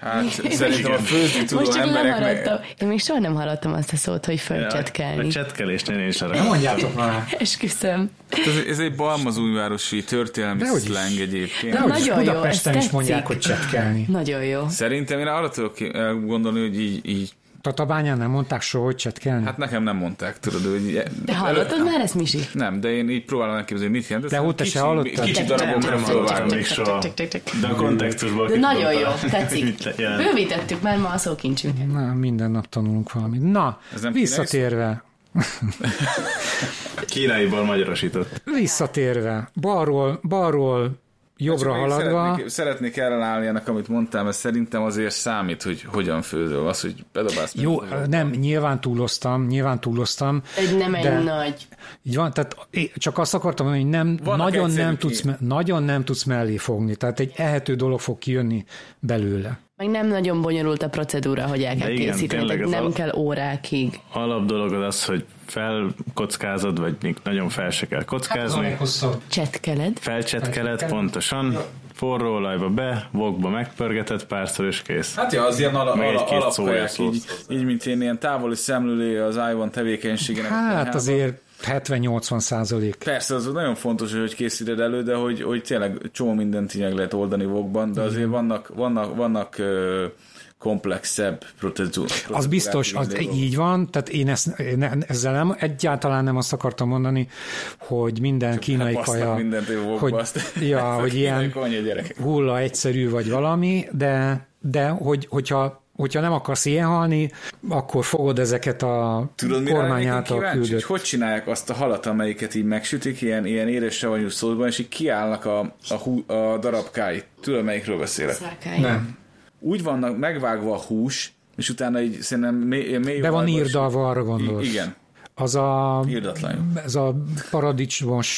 Hát szerintem a főzni tudó
Most csak
embereknek...
lemaradtam. Én még soha nem hallottam azt a szót, hogy
A, a
fölcsetkelni.
csetkelésnél én is arra.
Mondjátok már.
Esküszöm.
Hát Ez, ez egy balmazújvárosi történelmi
Dehogy is.
slang egyébként.
Dehogy is,
Nagyon jó,
Budapesten
ez
is mondják,
tetszik.
hogy csetkelni.
Nagyon jó.
Szerintem én arra tudok ki- gondolni, hogy így, így
Tatabányán nem mondták soha, hogy csetkelni.
hát nekem nem mondták, tudod, hogy...
De hallottad már ezt, Misi?
Nem, de én így próbálom elképzelni, mit jelent. ez.
De ott te se
Kicsi-
hallottad?
Kicsi
Nem,
darabon
nem hallottam még soha. De a kontextusból
De nagyon jó,
kifogtam.
tetszik.
Mit le- jelent.
Bővítettük már ma a szókincsünket.
Na, minden nap tanulunk valamit. Na,
Ez nem
visszatérve,
Kínaiból magyarosított.
visszatérve, balról, balról, jobbra
Csak még
haladva,
Szeretnék, szeretnék ellenállni ennek, amit mondtam, mert szerintem azért számít, hogy hogyan főzöl. Az, hogy bedobálsz.
jó, hát
meg-
nem, nyilván túloztam, nyilván túloztam.
Egy nem egy
de-
nagy.
Így van, tehát é- csak azt akartam mondani, hogy nem,
Vannak
nagyon,
egyszerű
nem tudsz,
ki-
me- nagyon nem tudsz mellé fogni, tehát egy ehető dolog fog kijönni belőle.
Meg nem nagyon bonyolult a procedúra, hogy el kell
igen,
készíteni,
tényleg
tehát
ez
nem
a-
kell órákig.
Alap dolog az az, hogy felkockázod, vagy még nagyon fel se kell
Hát,
kockázni.
hosszabb.
Csetkeled.
Felcsetkeled pontosan, forró olajba be, vokba megpörgeted párszor, és kész.
Hát ja, az ilyen ala,
Meg
ala,
egy-két
alapkaják,
szójaszósz
így, így, mint én ilyen távoli szemlőlője az Ivan tevékenységének.
Hát azért 70-80 százalék.
Persze, az nagyon fontos, hogy hogy készíted elő, de hogy, hogy tényleg csomó mindent így meg lehet oldani vokban, de
Mhm.
azért vannak, vannak, vannak ö, komplexebb procedúrák.
Az biztos, az így van, tehát én ezt, én ezzel nem, egyáltalán nem azt akartam mondani, hogy minden kínai
Hát basznak
kaja,
mindent jó vokba,
hogy,
azt-
ja,
ezt a
hogy
kínai
ilyen
konyha gyerekek.
hulla egyszerű vagy valami, de, de hogy, hogyha, hogyha nem akarsz ilyen halni, akkor fogod ezeket a
Tudod, mire
kormány
lennék én
által
kíváncsi,
küldött.
hogy hogy csinálják azt a halat, amelyiket így megsütik, ilyen, ilyen édes savanyú szóban, és így kiállnak a, a, hú, a darabkái. Tudod, melyikről beszélek?
Szákály.
Úgy vannak megvágva a hús, és utána így szerintem mély, mély
Be van
olajba is-
írdalva, arra gondolsz.
I- igen.
Az a,
Írdatlan jó.
ez a paradicsomos,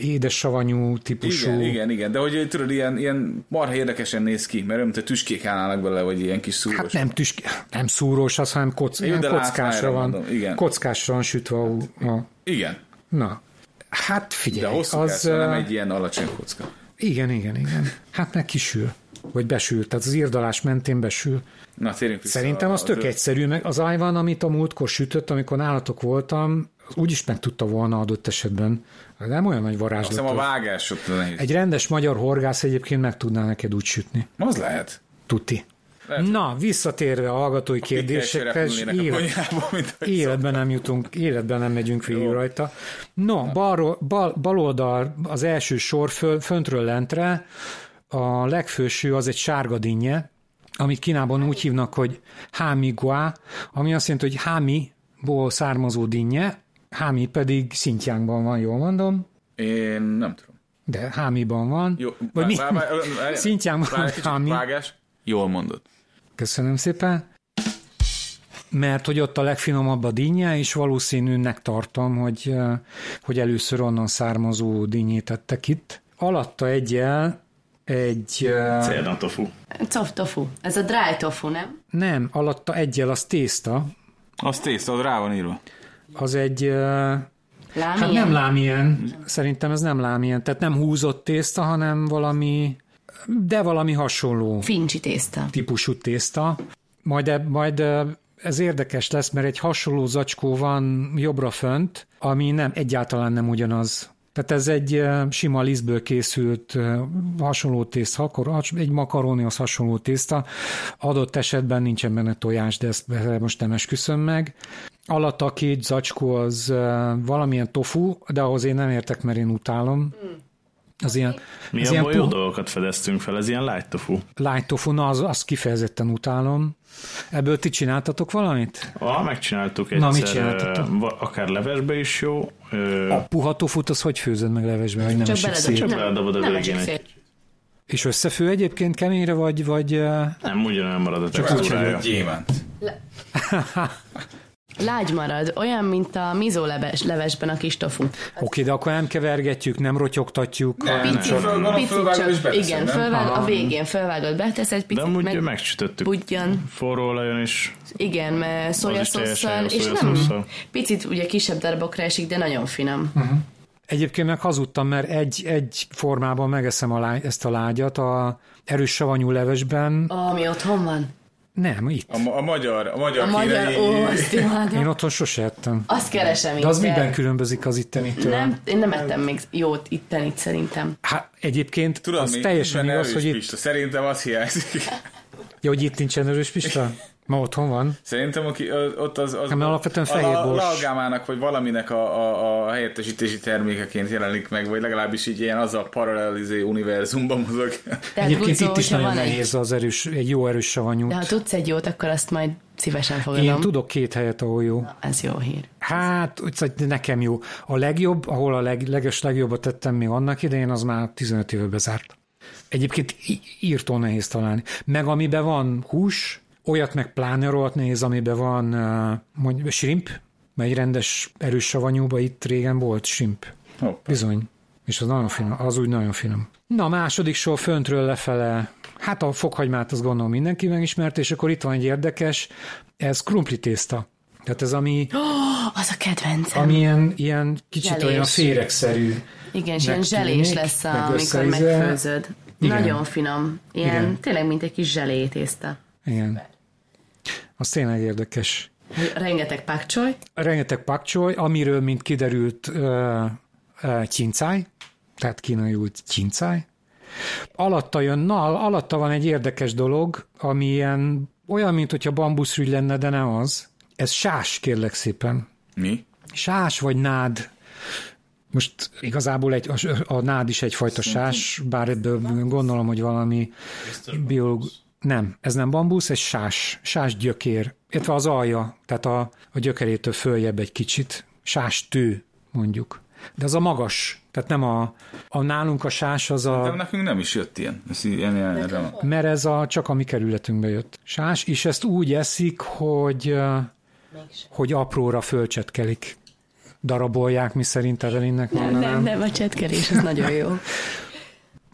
édes savanyú típusú.
Igen, igen, igen, de hogy tudod, ilyen, ilyen marha érdekesen néz ki, mert olyan, mint a tüskék állnának bele, vagy ilyen kis szúros.
Hát nem, tüsk, nem szúrós az, hanem kock,
Jó,
ilyen
de
kockásra
látványra
van,
mondom, igen.
kockásra van sütve a, a,
Igen,
Na, hát
de
figyelj,
hosszú az,
az...
kell, szóval nem
ö,
egy ilyen alacsony kocka.
Igen, igen, igen. Hát meg kisül, vagy besül, tehát az írdalás mentén besül.
Na, térjünk vissza.
Szerintem az
a-
tök egyszerű, meg az Ivan, amit a múltkor sütött, amikor nálatok voltam, az úgyis meg tudta volna adott esetben. Nem olyan nagy
Azt hiszem a
varázslat.
vágás ott nehéz.
Egy rendes magyar horgász egyébként meg tudná neked úgy sütni.
Az lehet.
Tuti. Na, visszatérve a hallgatói kérdésekre, és
Kérdésekhez
élet- Életben nem jutunk, életben nem megyünk végig rajta. No, balról, bal, bal oldal az első sor föl, föntről lentre, a legfőső az egy sárga dinnye, amit Kínában úgy hívnak, hogy hámi guá, ami azt jelenti, hogy hámiból származó dinnye, hámi pedig Szintjánkban van, jól mondom,
Én nem tudom.
de hámiban van.
Jó,
Vagy mi?
várj, várj, várj, várj.
Szintjánkban
Várj
van
egy kicsit,
hámi.
Vágás. Jól mondod.
Köszönöm szépen. Mert hogy ott a legfinomabb a dinnye, és valószínűnek tartom, hogy, eh, hogy először onnan származó dinnyét ettek itt. Alatta egyel egy... eh,
Célna tofu.
Cof tofu. Ez a dry tofu, nem?
Nem, alatta egyel az tészta,
Az tészta, az rá van írva.
az egy... eh,
Lámia?
Hát nem lámien. Szerintem ez nem lámien. Tehát nem húzott tészta, hanem valami... De valami hasonló.
Fincsi tészta.
típusú tészta. Majd, e- majd ö, ez érdekes lesz, mert egy hasonló zacskó van jobbra fönt, ami nem egyáltalán nem ugyanaz. Tehát ez egy ö, sima lisztből készült ö, hasonló tészta, akkor has- egy makarónihoz hasonló tészta. Adott esetben nincsen benne tojás, de ezt erre most nem esküszöm meg. Alatt a két e, zacskó az ö, valamilyen tofu, de ahhoz én nem értek, mert én utálom. Az ilyen,
Mi
az
abból
ilyen
jó
pu-
dolgokat fedeztünk fel, ez ilyen light tofu.
light tofu, na az, azt kifejezetten utálom. Ebből ti csináltatok valamit?
Ah, megcsináltuk egyszer.
Na, mit csináltatok?
ö, va- Akár levesbe is jó. Ö,
A puha tofut, az hogy főzöd meg levesbe, hogy nem
Csak
esik
beledobod.
szét?
Csak
nem,
beledobod a
nem
végén
esik
egy-
szét.
És összefő egyébként keményre, vagy, vagy eh,
Hát-
nem, ugyanolyan marad a textúrája.
Gyémánt.
Lágy marad, olyan, mint a mizó leves, levesben a kis tofu.
oké, de akkor nem kevergetjük, nem rotyogtatjuk.
Picit,
fölvágom, fölvágom, és beteszem,
igen,
nem?
fölvág, a végén fölvágod, betesz egy
De
picit,
amúgy
meg,
megcsütöttük.
budjan.
Forró olajon is.
Igen, mert
teljesen
szójaszószal,
jó
és
szójaszósszal.
nem, picit ugye kisebb darabokra esik, de nagyon finom.
Mhm.
Egyébként meg hazudtam, mert egy, egy formában megeszem a lágy, ezt a lágyat, a erős savanyú levesben.
Ami otthon van.
Nem, itt.
A, ma- a magyar, a magyar,
A magyar,
kínai-
ó, azt
Én
imádom.
otthon sose ettem.
Azt keresem itt.
De az miben különbözik az ittenitől?
Nem, én nem ettem még jót itten itt szerintem.
Hát egyébként
Tudod,
az
mi?
teljesen
Benne
igaz,
erős
hogy itt,
Pista. Szerintem az hiányzik.
ja, hogy itt nincsen erős pista? Ma otthon van.
Szerintem aki, ö, ott az... az
Nem, mert alapvetően
a
fehér
la-
bors.
lalgámának, vagy valaminek a, a, a helyettesítési termékeként jelenik meg, vagy legalábbis így ilyen az a paralelizé univerzumban mozog.
Tehát
Egyébként
Guzzo,
itt is
hogyha
nagyon
van egy-
nehéz az erős, egy jó erős savanyút.
De ha tudsz egy jót, akkor azt majd szívesen fogadom.
Én tudok két helyet, ahol jó.
Ez jó hír.
Hát, úgy szóval nekem jó. A legjobb, ahol a leg, leges legjobbat tettem még annak idején, az már 15 éve bezárt. Egyébként í- írtó nehéz találni. Meg amiben van hús, olyat meg pláne rohadt nehéz, amiben van uh, mondjuk shrimp, mert egy rendes erős savanyúba itt régen volt shrimp.
Hoppá.
Bizony. És az nagyon finom, az úgy nagyon finom. Na, a második sor föntről lefele, hát a fokhagymát azt gondolom mindenki megismert, és akkor itt van egy érdekes, ez krumpli tészta. Tehát ez ami
Az a kedvencem.
ami ilyen, ilyen kicsit
Zselés.
olyan féregszerű.
Igen, és ilyen
megtűnik,
zselés lesz,
meg
a, amikor
összeizzel.
megfőzöd.
Igen.
Nagyon finom. Ilyen,
Igen.
tényleg, mint egy kis zselé tészta.
Igen. Az tényleg érdekes.
Rengeteg pákcsoly.
Rengeteg pakcsoly, amiről, mint kiderült, uh, uh, cincáj, tehát kínai út cincáj. Alatta jön, na, alatta van egy érdekes dolog, ami ilyen, olyan, mint hogyha bambuszrügy lenne, de nem az. Ez sás, kérlek szépen.
Mi?
sás vagy nád, most igazából egy, a, a nád is egyfajta sás, bár ebből gondolom, hogy valami biológ... Nem, ez nem bambusz, ez sás, sás gyökér, illetve az alja, tehát a, a gyökerétől följebb egy kicsit, sás tő mondjuk. De az a magas, tehát nem a, a nálunk a sás az
Nem,
a,
nekünk nem is jött ilyen. Ez ilyen, ilyen erre van.
mert ez a, csak a mi kerületünkbe jött sás, és ezt úgy eszik, hogy, ö, hogy apróra fölcsetkelik. Darabolják, mi szerint Evelinnek
Nem, nem, nem, a csetkerés, az nagyon jó.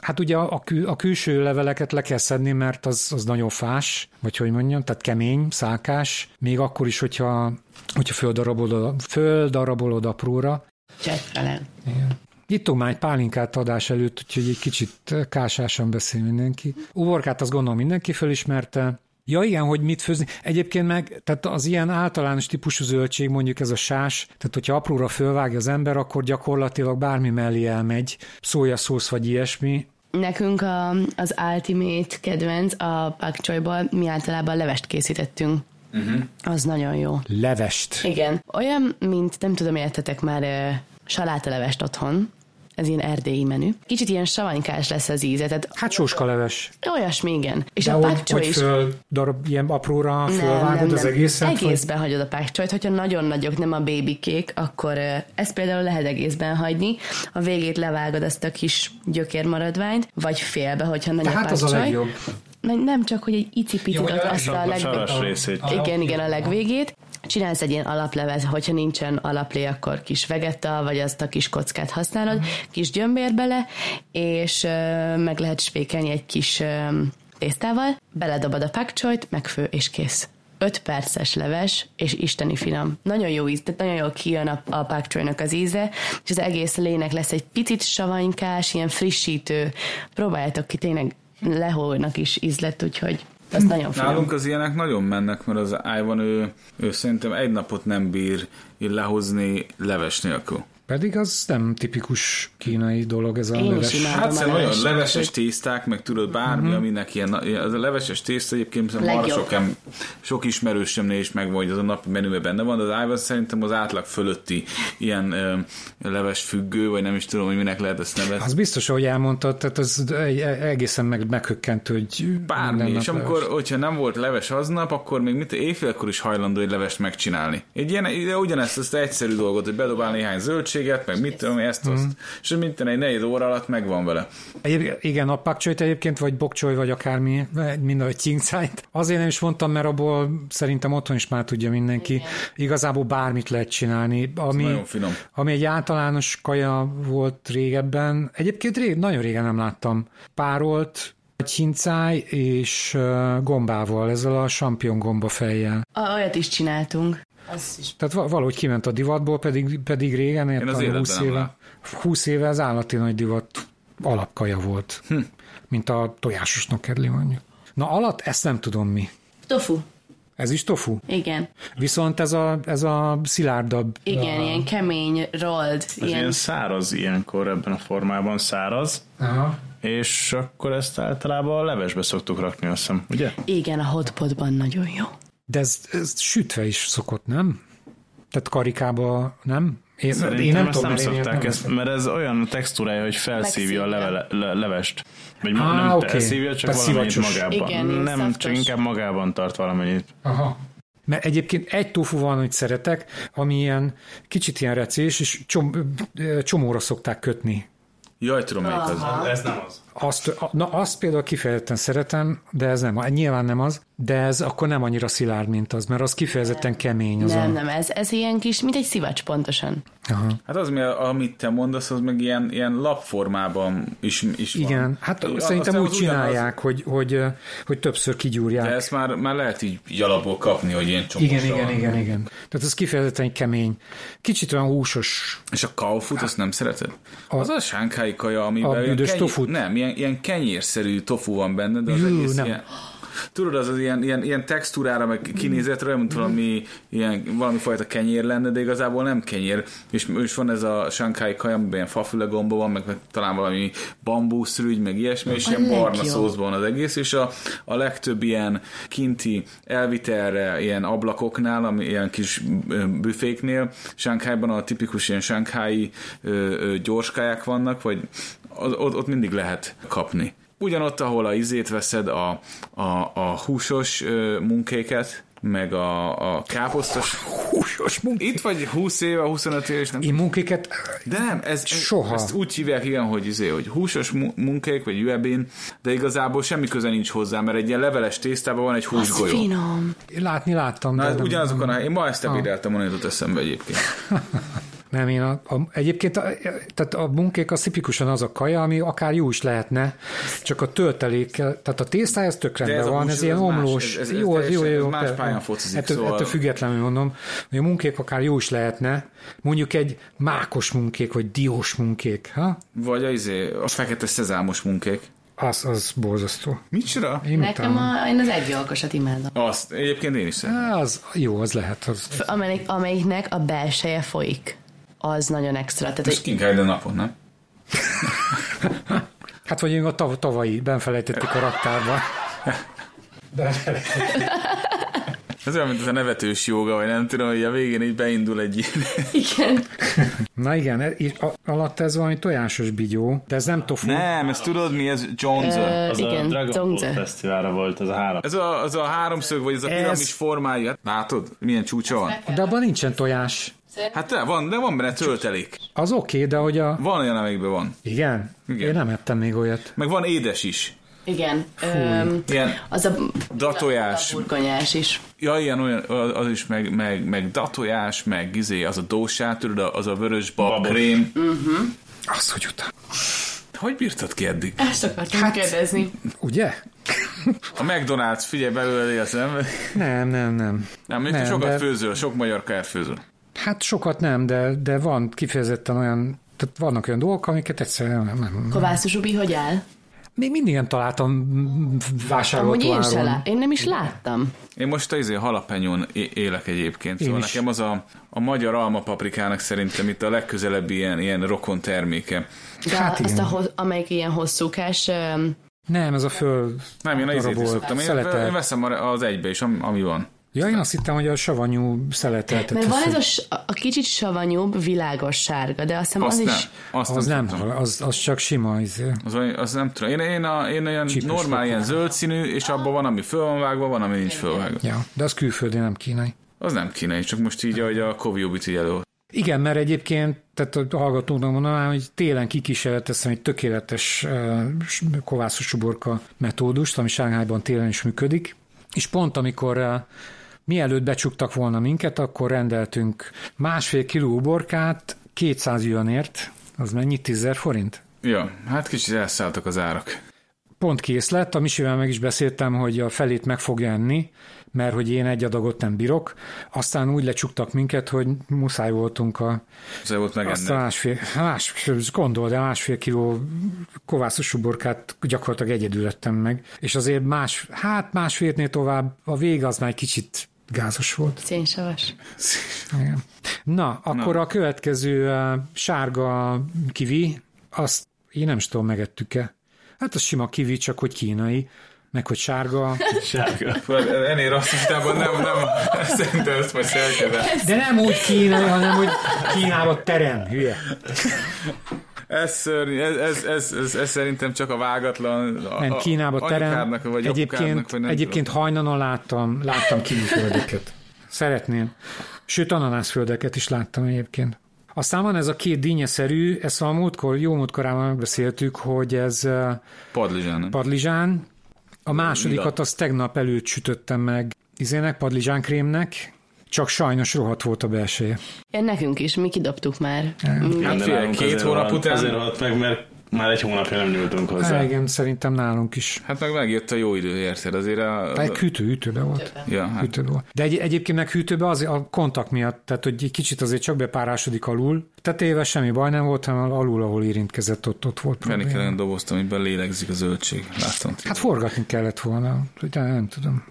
Hát ugye a, kül, a külső leveleket le kell szedni, mert az, az nagyon fás, vagy hogy mondjam, tehát kemény, szákás, még akkor is, hogyha, hogyha földarabolod, földarabolod apróra.
Csetfelen.
Ittunk már egy pálinkát adás előtt, úgyhogy egy kicsit kásásan beszél mindenki. Uborkát azt gondolom mindenki fölismerte. Ja igen, hogy mit főzni. Egyébként meg, tehát az ilyen általános típusú zöldség, mondjuk ez a sás, tehát hogyha apróra fölvágja az ember, akkor gyakorlatilag bármi mellé elmegy, szójaszósz vagy ilyesmi,
Nekünk a, az Ultimate kedvenc a pákcsolyból mi általában levest készítettünk.
Mhm.
Uh-huh. Az nagyon jó.
levest.
Igen. Olyan, mint nem tudom, értetek már ö, salátalevest otthon. Ez ilyen erdélyi menü. Kicsit ilyen savanykás lesz az íze, tehát
Hát sóskaleves.
olyasmi, igen. És
De
a
hogy,
pákcsoly
hogy
is...
föl darab, ilyen apróra fölvágod az egészet? Vagy?
Egészben hagyod a pákcsolyt, hogyha nagyon nagyok, nem a babykék, akkor ö, ezt például lehet egészben hagyni. A végét levágod azt a kis gyökérmaradványt, vagy félbe, hogyha nagy
De
a
hát az
pákcsoly.
a legjobb.
Na, Nem csak, hogy egy
Jó,
icipicit
hogy
ott
a
azt a
legjobb, a
legbe...
saras részét.
Igen, igen, a legvégét. Csinálsz egy ilyen alaplevet, hogyha nincsen alaplé, akkor kis vegeta, vagy azt a kis kockát használod, kis gyömbér bele, és ö, meg lehet spékelni egy kis ö, tésztával, beledobod a pakcsolyt, megfő, és kész. 5 perces leves, és isteni finom. Nagyon jó íz, tehát nagyon jól kijön a, a pákcsolynak az íze, és az egész lének lesz egy picit savanykás, ilyen frissítő. Próbáljátok ki, tényleg lehónak is ízlet, úgyhogy az nagyon finom.
Nálunk az ilyenek nagyon mennek, mert az Ivan ő, ő szerintem egy napot nem bír így lehozni leves nélkül.
Pedig az nem tipikus kínai dolog ez a
Én is
leves.
imádom.
Hát
a
szerintem olyan
leveset,
leveses
hogy-
tészták, meg tudod bármi, uh-huh. aminek ilyen, az a leveses tészta egyébként szerintem arra
Legjobb.
sok, em, sok ismerősömnél is megvan, hogy az a napi menüben benne van, de az Ivan szerintem az átlag fölötti ilyen ö, leves függő, vagy nem is tudom, hogy minek lehet ezt nevezni.
Az biztos, hogy elmondtad, tehát az egy- egészen meg, meghökkent, hogy
Bármi,
minden nap
és amikor, hogyha nem volt leves aznap, akkor még mit, éjfélkor is hajlandó egy levest megcsinálni. Egy ilyen, ide ugyanezt, ezt az egyszerű dolgot, hogy bedobál néhány zöldséget, meg mit tudom, ezt, azt,
Mhm.
és minden egy negyed óra alatt megvan vele.
Egyéb, igen, a pakcsolyt egyébként, vagy bokcsoly, vagy akármi, mind a csincájt. Azért nem is mondtam, mert abból szerintem otthon is már tudja mindenki. Igen. Igazából bármit lehet csinálni. Ami,
nagyon finom.
Ami egy általános kaja volt régebben. Egyébként rég, nagyon régen nem láttam. Párolt, csincáj és ö, gombával, ezzel a sampion gomba fejjel.
A- Olyat is csináltunk.
Tehát va- valahogy kiment a divatból, pedig, pedig régen, értem,
az életben
20
nem
éve, 20 éve az állati nagy divat alapkaja volt. Hm. Mint a tojásos nokedli mondjuk. Na alatt ezt nem tudom mi.
Tofu.
Ez is tofu.
Igen.
Viszont ez a, ez a szilárdabb.
Igen, ilyen kemény, rolled,
Ez ilyen
ilyen
száraz ilyenkor ebben a formában száraz,
Aha.
és akkor ezt általában a levesbe szoktuk rakni, azt hiszem, ugye?
Igen, a hotpotban nagyon jó.
De ez, ez sütve is szokott, nem? Tehát karikába nem? Én,
Szerintem
én nem
ezt
tudom,
nem
mert én ilyet
szokták
nem
ezt, mert ez olyan textúrája, hogy felszívja a levele, le, levest. Vagy
Á,
ah, nem
oké.
okay. felszívja, csak
Tehát
valamit
szivacsos.
magában.
Igen, ilyen
nem,
szaftos.
csak inkább magában tart valamennyit.
Aha. Mert egyébként egy tofu van, amit szeretek, ami ilyen kicsit ilyen recés, és csom, ö, csomóra szokták kötni.
Jaj, tudom, melyik az.
Ez nem az.
Azt, a- na, azt például kifejezetten szeretem, de ez nem, nyilván nem az, de ez akkor nem annyira szilárd, mint az, mert az kifejezetten kemény az
Nem,
a...
nem, ez, ez ilyen kis, mint egy szivacs pontosan.
Aha.
Hát az, mi, amit te mondasz, az meg ilyen, ilyen lapformában is, is van.
Igen, hát
Aztán
szerintem úgy
az ugyanaz.
csinálják, hogy, hogy, ö, hogy többször kigyúrják.
De ezt már, már lehet így alapból kapni, hogy ilyen csomósra
igen, igen,
van.
igen, igen. Tehát ez kifejezetten kemény. Kicsit olyan húsos.
És a kaufut, azt nem szereted? Az a sánkhái kaja, amiben...
A
ilyen
büdös tofut?
Nem, ilyen, ilyen kenyérszerű tofu van benne, de az
Jú,
egész
nem.
ilyen... Tudod, az, az ilyen, ilyen, ilyen textúrára, meg kinézetre, olyan, mint
Mhm.
valami, ilyen, valami fajta kenyér lenne, de igazából nem kenyér. És, és van ez a sánkhái kaja, amiben ilyen fafülegomba van, meg, meg talán valami bambuszrügy, meg ilyesmi, és ilyen
legjobb.
barna szózban az egész, és a, a legtöbb ilyen kinti elvitelre, ilyen ablakoknál, ami ilyen kis ö, büféknél, Sánkhájban a tipikus ilyen sánkhái ö, ö, gyorskáják vannak, vagy az, ott, ott mindig lehet kapni. Ugyanott, ahol a izét veszed, a, a, a húsos ö, munkéket, meg a, a káposztas... Húsos munkéket? Itt vagy 20 éve, 25 éve, és nem
Én munkéket...
de nem, ez, ez-
Soha.
Ezt úgy hívják, igen, hogy, izé, hogy húsos mu- munkék, vagy üebén, de igazából semmi köze nincs hozzá, mert egy ilyen leveles tésztában van egy
Az
húsgolyó.
finom.
Látni láttam.
Na,
de
ez
nem-
ugyanazokon a... Én ma ezt ebédeltem, onnan jutott eszembe egyébként.
Nem, én a, a, egyébként a, tehát a munkék az tipikusan az a kaja, ami akár jó is lehetne, csak a töltelékkel, tehát a tésztája ez tök rendben
ez a
van,
hús,
ez ilyen
ez más,
omlós,
ez- ez- ez
jó,
teljesen-
jó,
ez
jó.
más
te-
pályán focizik,
ettől,
szóval-
ettől függetlenül mondom, hogy a munkék akár jó is lehetne, mondjuk egy mákos munkék, vagy diós munkék, ha?
Vagy a, izé, a fekete szezámos munkék.
Az, az borzasztó.
Micsoda?
Én
Nekem
Nekem a...
a, én az egygyilkosat imádom.
Azt, egyébként én is szeretem.
Az jó, az lehet. Az.
F- Amelyik, amelyiknek a belseje folyik. Az nagyon extra. Tehát,
És
hogy
kinkáj, de napon, nem?
Hát vagy a tav- tavalyi, benfelejtettük a raktárba.
Ez olyan, mint ez a nevetős joga, vagy nem tudom, hogy a végén így beindul egy ilyen...
igen.
Na igen, e- és a, alatt ez valami tojásos bigyó, de ez nem tofu.
Nem, ezt tudod mi, ez Jones.
Ö,
Az a
igen,
Dragon Ball
zongze.
fesztiválra volt az a három.
Ez a, az a háromszög, vagy ez a piramis formája. Hát Látod, milyen csúcsa van?
De abban nincsen tojás.
Hát de van, de van benne töltelék.
Az oké, okay, de hogy a...
Van olyan, amelyikben van.
Igen?
Igen.
Igen. Én nem ettem még olyat.
Meg van édes is.
Igen. Öm,
Ilyen
az a
datojás.
burgonyás is.
Ja, ilyen olyan, az is, meg, meg, meg datojás, meg izé, az a dósát, tudod, az a vörös bab,
Babos.
krém.
Az, hogy utána.
Hogy bírtad ki eddig?
Ezt akartam kérdezni.
Ugye?
A McDonald's, figyelj belőle, az nem?
Nem, nem, nem.
Nem, mondjuk
Nem,
sokat
de-
főzöl, sok magyar elfőzöl.
Hát sokat nem, de, de van kifejezetten olyan, tehát vannak olyan dolgok, amiket egyszerűen nem, nem.
Kovászos Ubi, hogy áll?
Még mindig nem találtam vásárolható
Amúgy én se
áron.
lá- én nem is láttam.
Én most a izé halapenyon é- élek egyébként, szóval
is.
nekem az a, a magyar almapaprikának szerintem itt a legközelebbi ilyen, ilyen rokon terméke.
De
Hát
hát azt a,
igen.
ho- amelyik ilyen hosszúkás, öm,
Nem, ez a föl...
Nem, én a izét is
darabolt,
szoktam. Én,
szeletelt.
én veszem a- az egybe is, am- ami van.
Ja, én azt hittem, hogy a savanyú szeleteltet.
mert van
azt,
ez a,
hogy
s- a kicsit savanyúbb, világos sárga, de azt hiszem az
Azt nem.
is...
Azt
Az nem,
tudtam.
az, az csak sima. Izé.
Az, olyan- az nem tudom. Én, én, a, én olyan
Csípős
normál,
fokú.
ilyen zöld színű, és abban van, ami föl van vágva, van, ami nincs fölvágva.
Ja, de az külföldi, nem kínai.
Az nem kínai, csak most így, ahogy a Koviobit így elő.
Igen, mert egyébként, tehát a hallgatónak mondanám, hogy télen kikísérleteztem egy tökéletes eh, s- kovászos csuborka metódust, ami Sánghájban télen is működik, és pont amikor eh, mielőtt becsuktak volna minket, akkor rendeltünk másfél kiló uborkát 200 jönért, az mennyi? 10 forint?
Ja, hát kicsit elszálltak az árak.
Pont kész lett, a Misivel meg is beszéltem, hogy a felét meg fogja enni, mert hogy én egy adagot nem bírok. Aztán úgy lecsuktak minket, hogy muszáj voltunk a
Ez Szóval volt meg
azt a másfél, másfél, gondol, de másfél kiló kovászos uborkát gyakorlatilag egyedül ettem meg, és azért más, hát másfélnél tovább a vég az már egy kicsit gázos volt.
Szénsavas.
Igen. Na, akkor a következő eh, sárga kivi, azt én nem is tudom, megettük-e. Hát az sima kivi, csak hogy kínai, meg hogy sárga.
Sárga.
Ennél rasszistában nem, nem, szerintem ezt majd elkezdem.
De nem úgy kínai, hanem hogy Kínába terem, hülye.
Ez, szörny, ez, ez, ez, ez, ez, szerintem csak a vágatlan... A,
Nem,
a-
Kínába terem.
anyukádnak, Vagy
Egyébként,
apukádnak, vagy nem
egyébként hajnanon láttam, láttam kívülföldeket. Szeretném. Sőt, ananászföldeket is láttam egyébként. Aztán van ez a két dínnyeszerű, ezt a múltkor, jó múltkorában megbeszéltük, hogy ez eh,
tudom. Padlizsán. nem?
padlizsán. A másodikat azt tegnap előtt sütöttem meg izének, padlizsánkrémnek, csak sajnos rohadt volt a belseje.
Ja, nekünk is, mi kidobtuk már. Mm,
Nem, de
figyelj,
nálunk
két
azért
hónap
rohadt-
után-
Azért rohadt meg, mert már egy hónapja nem nyúltunk hozzá.
Há, igen, szerintem nálunk is.
Hát meg megjött a jó idő, érted? Azért a...
Egy hűtő, hűtőbe volt.
ja, hát
hűtőbe volt. De egy, egyébként meg hűtőbe az a kontakt miatt, tehát hogy egy kicsit azért csak bepárásodik alul. Tehát éve semmi baj nem volt, hanem alul, ahol érintkezett, ott, ott volt
venni
probléma.
kellene a dobozt, amiben lélegzik a zöldség. Láttam.
Hát forgatni kellett volna, hogy nem, nem tudom.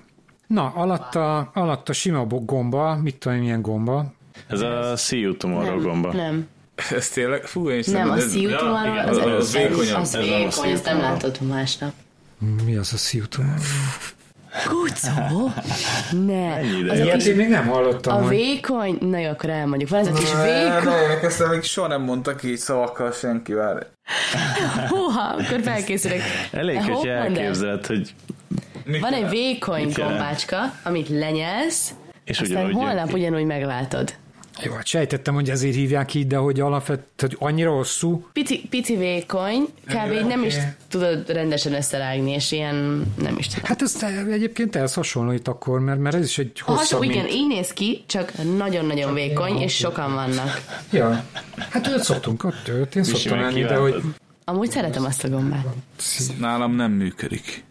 Na, alatta, alatta sima bo- gomba, mit tudom, én, milyen gomba,
Ez a See You Tomorrow gomba.
Nem,
Ez tényleg, fú, én is
nem, a
ez-
szíjú
ja,
tomorrow,
igen,
az,
az-
az,
az
az, az
vékonyabb.
Ez nem a
vékony,
szíjú
ezt nem
tomorrow.
látod másnap.
mi az a sziutum?
Kucó? Ne. Az a,
Ilyet
kis,
én még nem hallottam.
a
hogy-
vékony, na jó, akkor elmondjuk. Van ez a kis
Ne,
vékony,
ne, Én ezt még soha nem mondta ki így szavakkal senki, várj.
húha, akkor felkészülök.
Elég,
Hopp,
hogy
mondd el.
elképzeled, hogy
Van egy vékony
Mit jelent?
gombácska, amit lenyelsz,
és
aztán
ugyanúgy jön
holnap
ki.
ugyanúgy meglátod.
Jó, hát sejtettem, hogy ezért hívják így, de hogy alapvetően hogy annyira hosszú,
Pici, pici vékony, kb. így nem is
oké.
tudod rendesen összerágni, és ilyen nem is tudom.
hát ez egyébként ehhez hasonlít akkor, mert, mert ez is egy
A
hosszabb,
hasonló,
mint...
igen, így néz ki, csak nagyon-nagyon vékony, és sokan vannak.
Ja. Hát őt szoktunk, ott őt, én szoktam
simán
lenni, de hogy...
kiváltad.
Amúgy szeretem azt a gombát.
Nálam nem működik.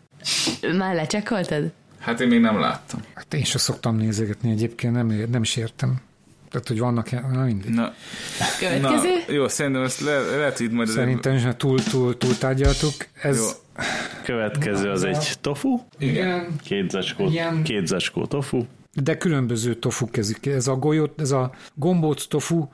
Már lecsekkoltad?
Hát én még nem láttam.
Hát én sem szoktam nézegetni egyébként, nem, ér- nem is értem. Tehát, hogy vannak, na mindig.
Na, na
Következő?
jó, szerintem ezt le, lehet, hogy itt majd azért-
Szerintem is már túl, túl, túl tárgyaltuk. Ez
Jó.
Következő az egy tofu,
igen,
két zacskó,
Igen.
két zacskó tofu,
de különböző tofu kezik. Ez a golyót, ez a gombóc tofu,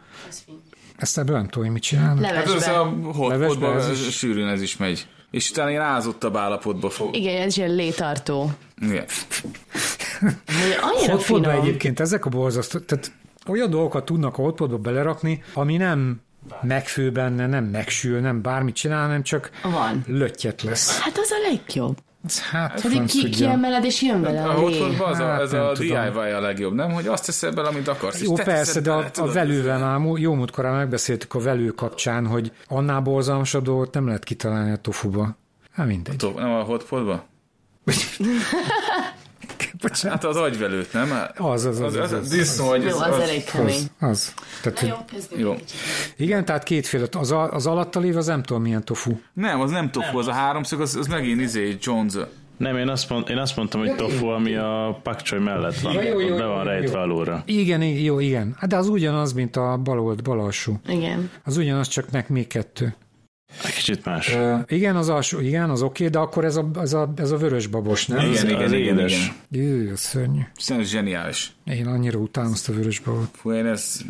ezt ebből nem tudom, hogy mit csinálnak.
Hát ez
Levesbe.
a hot-
Levesbe
hotba
ez is.
sűrűn ez is megy. És utána ilyen ázottabb állapotba fog.
Igen, ez ilyen létartó.
Igen.
Amúgy Annyira
Hotpotba
finom.
egyébként ezek a borzasztó, tehát olyan dolgokat tudnak a hotpotba belerakni, ami nem megfő benne, nem megsül, nem bármit csinál, hanem csak
Van.
löttyet lesz.
Hát az a legjobb.
Hát,
Hogy így
franc
ki,
tudja.
kiemeled, és jön vele
A
a lé.
hotpotba az a,
Hát
ez
nem
a DIY
tudom.
a legjobb, nem? Hogy azt teszed bele, amit akarsz. és
Jó,
te
persze,
teszed
de
bele,
a, a
tudod.
velővel már mú- jó múltkor már megbeszéltük a velő kapcsán, hogy annál borzalmasabb dolgot nem lehet kitalálni a tofuba. Hát mindegy.
Tó- Nem a hotpotba?
Bocsánat.
Hát az agyvelőt, nem?
Az, az, az, az,
a
az.
disznó agy,
Jó,
az-
az
az-
elég kemény.
Az, az. Tehát, hogy,
Jó.
igen, tehát kétféle. Az, a- az alatta lévő az nem tudom milyen tofu.
Nem, az nem tofu, az a háromszög, az, az megint izé, Jones.
Nem, én azt, mond, én azt mondtam, hogy tofu, ami a pakcsoly mellett van.
Ja, jó, jó,
Ott be van
jó,
rejtve
jó.
alulra.
Igen, i- jó, igen. Hát de az ugyanaz, mint a balold, balalsó.
Igen.
Az ugyanaz, csak meg még kettő.
kicsit más.
Ö, igen, az alsó, igen, az oké, de akkor ez a, ez a, ez a vörös babos, nem?
az-
Igen, igen,
az
igen,
édes.
igen.
Jö, az szörnyű.
Szerintem zseniális.
Én annyira utálom ezt a vörös babot.
Fú, én ez,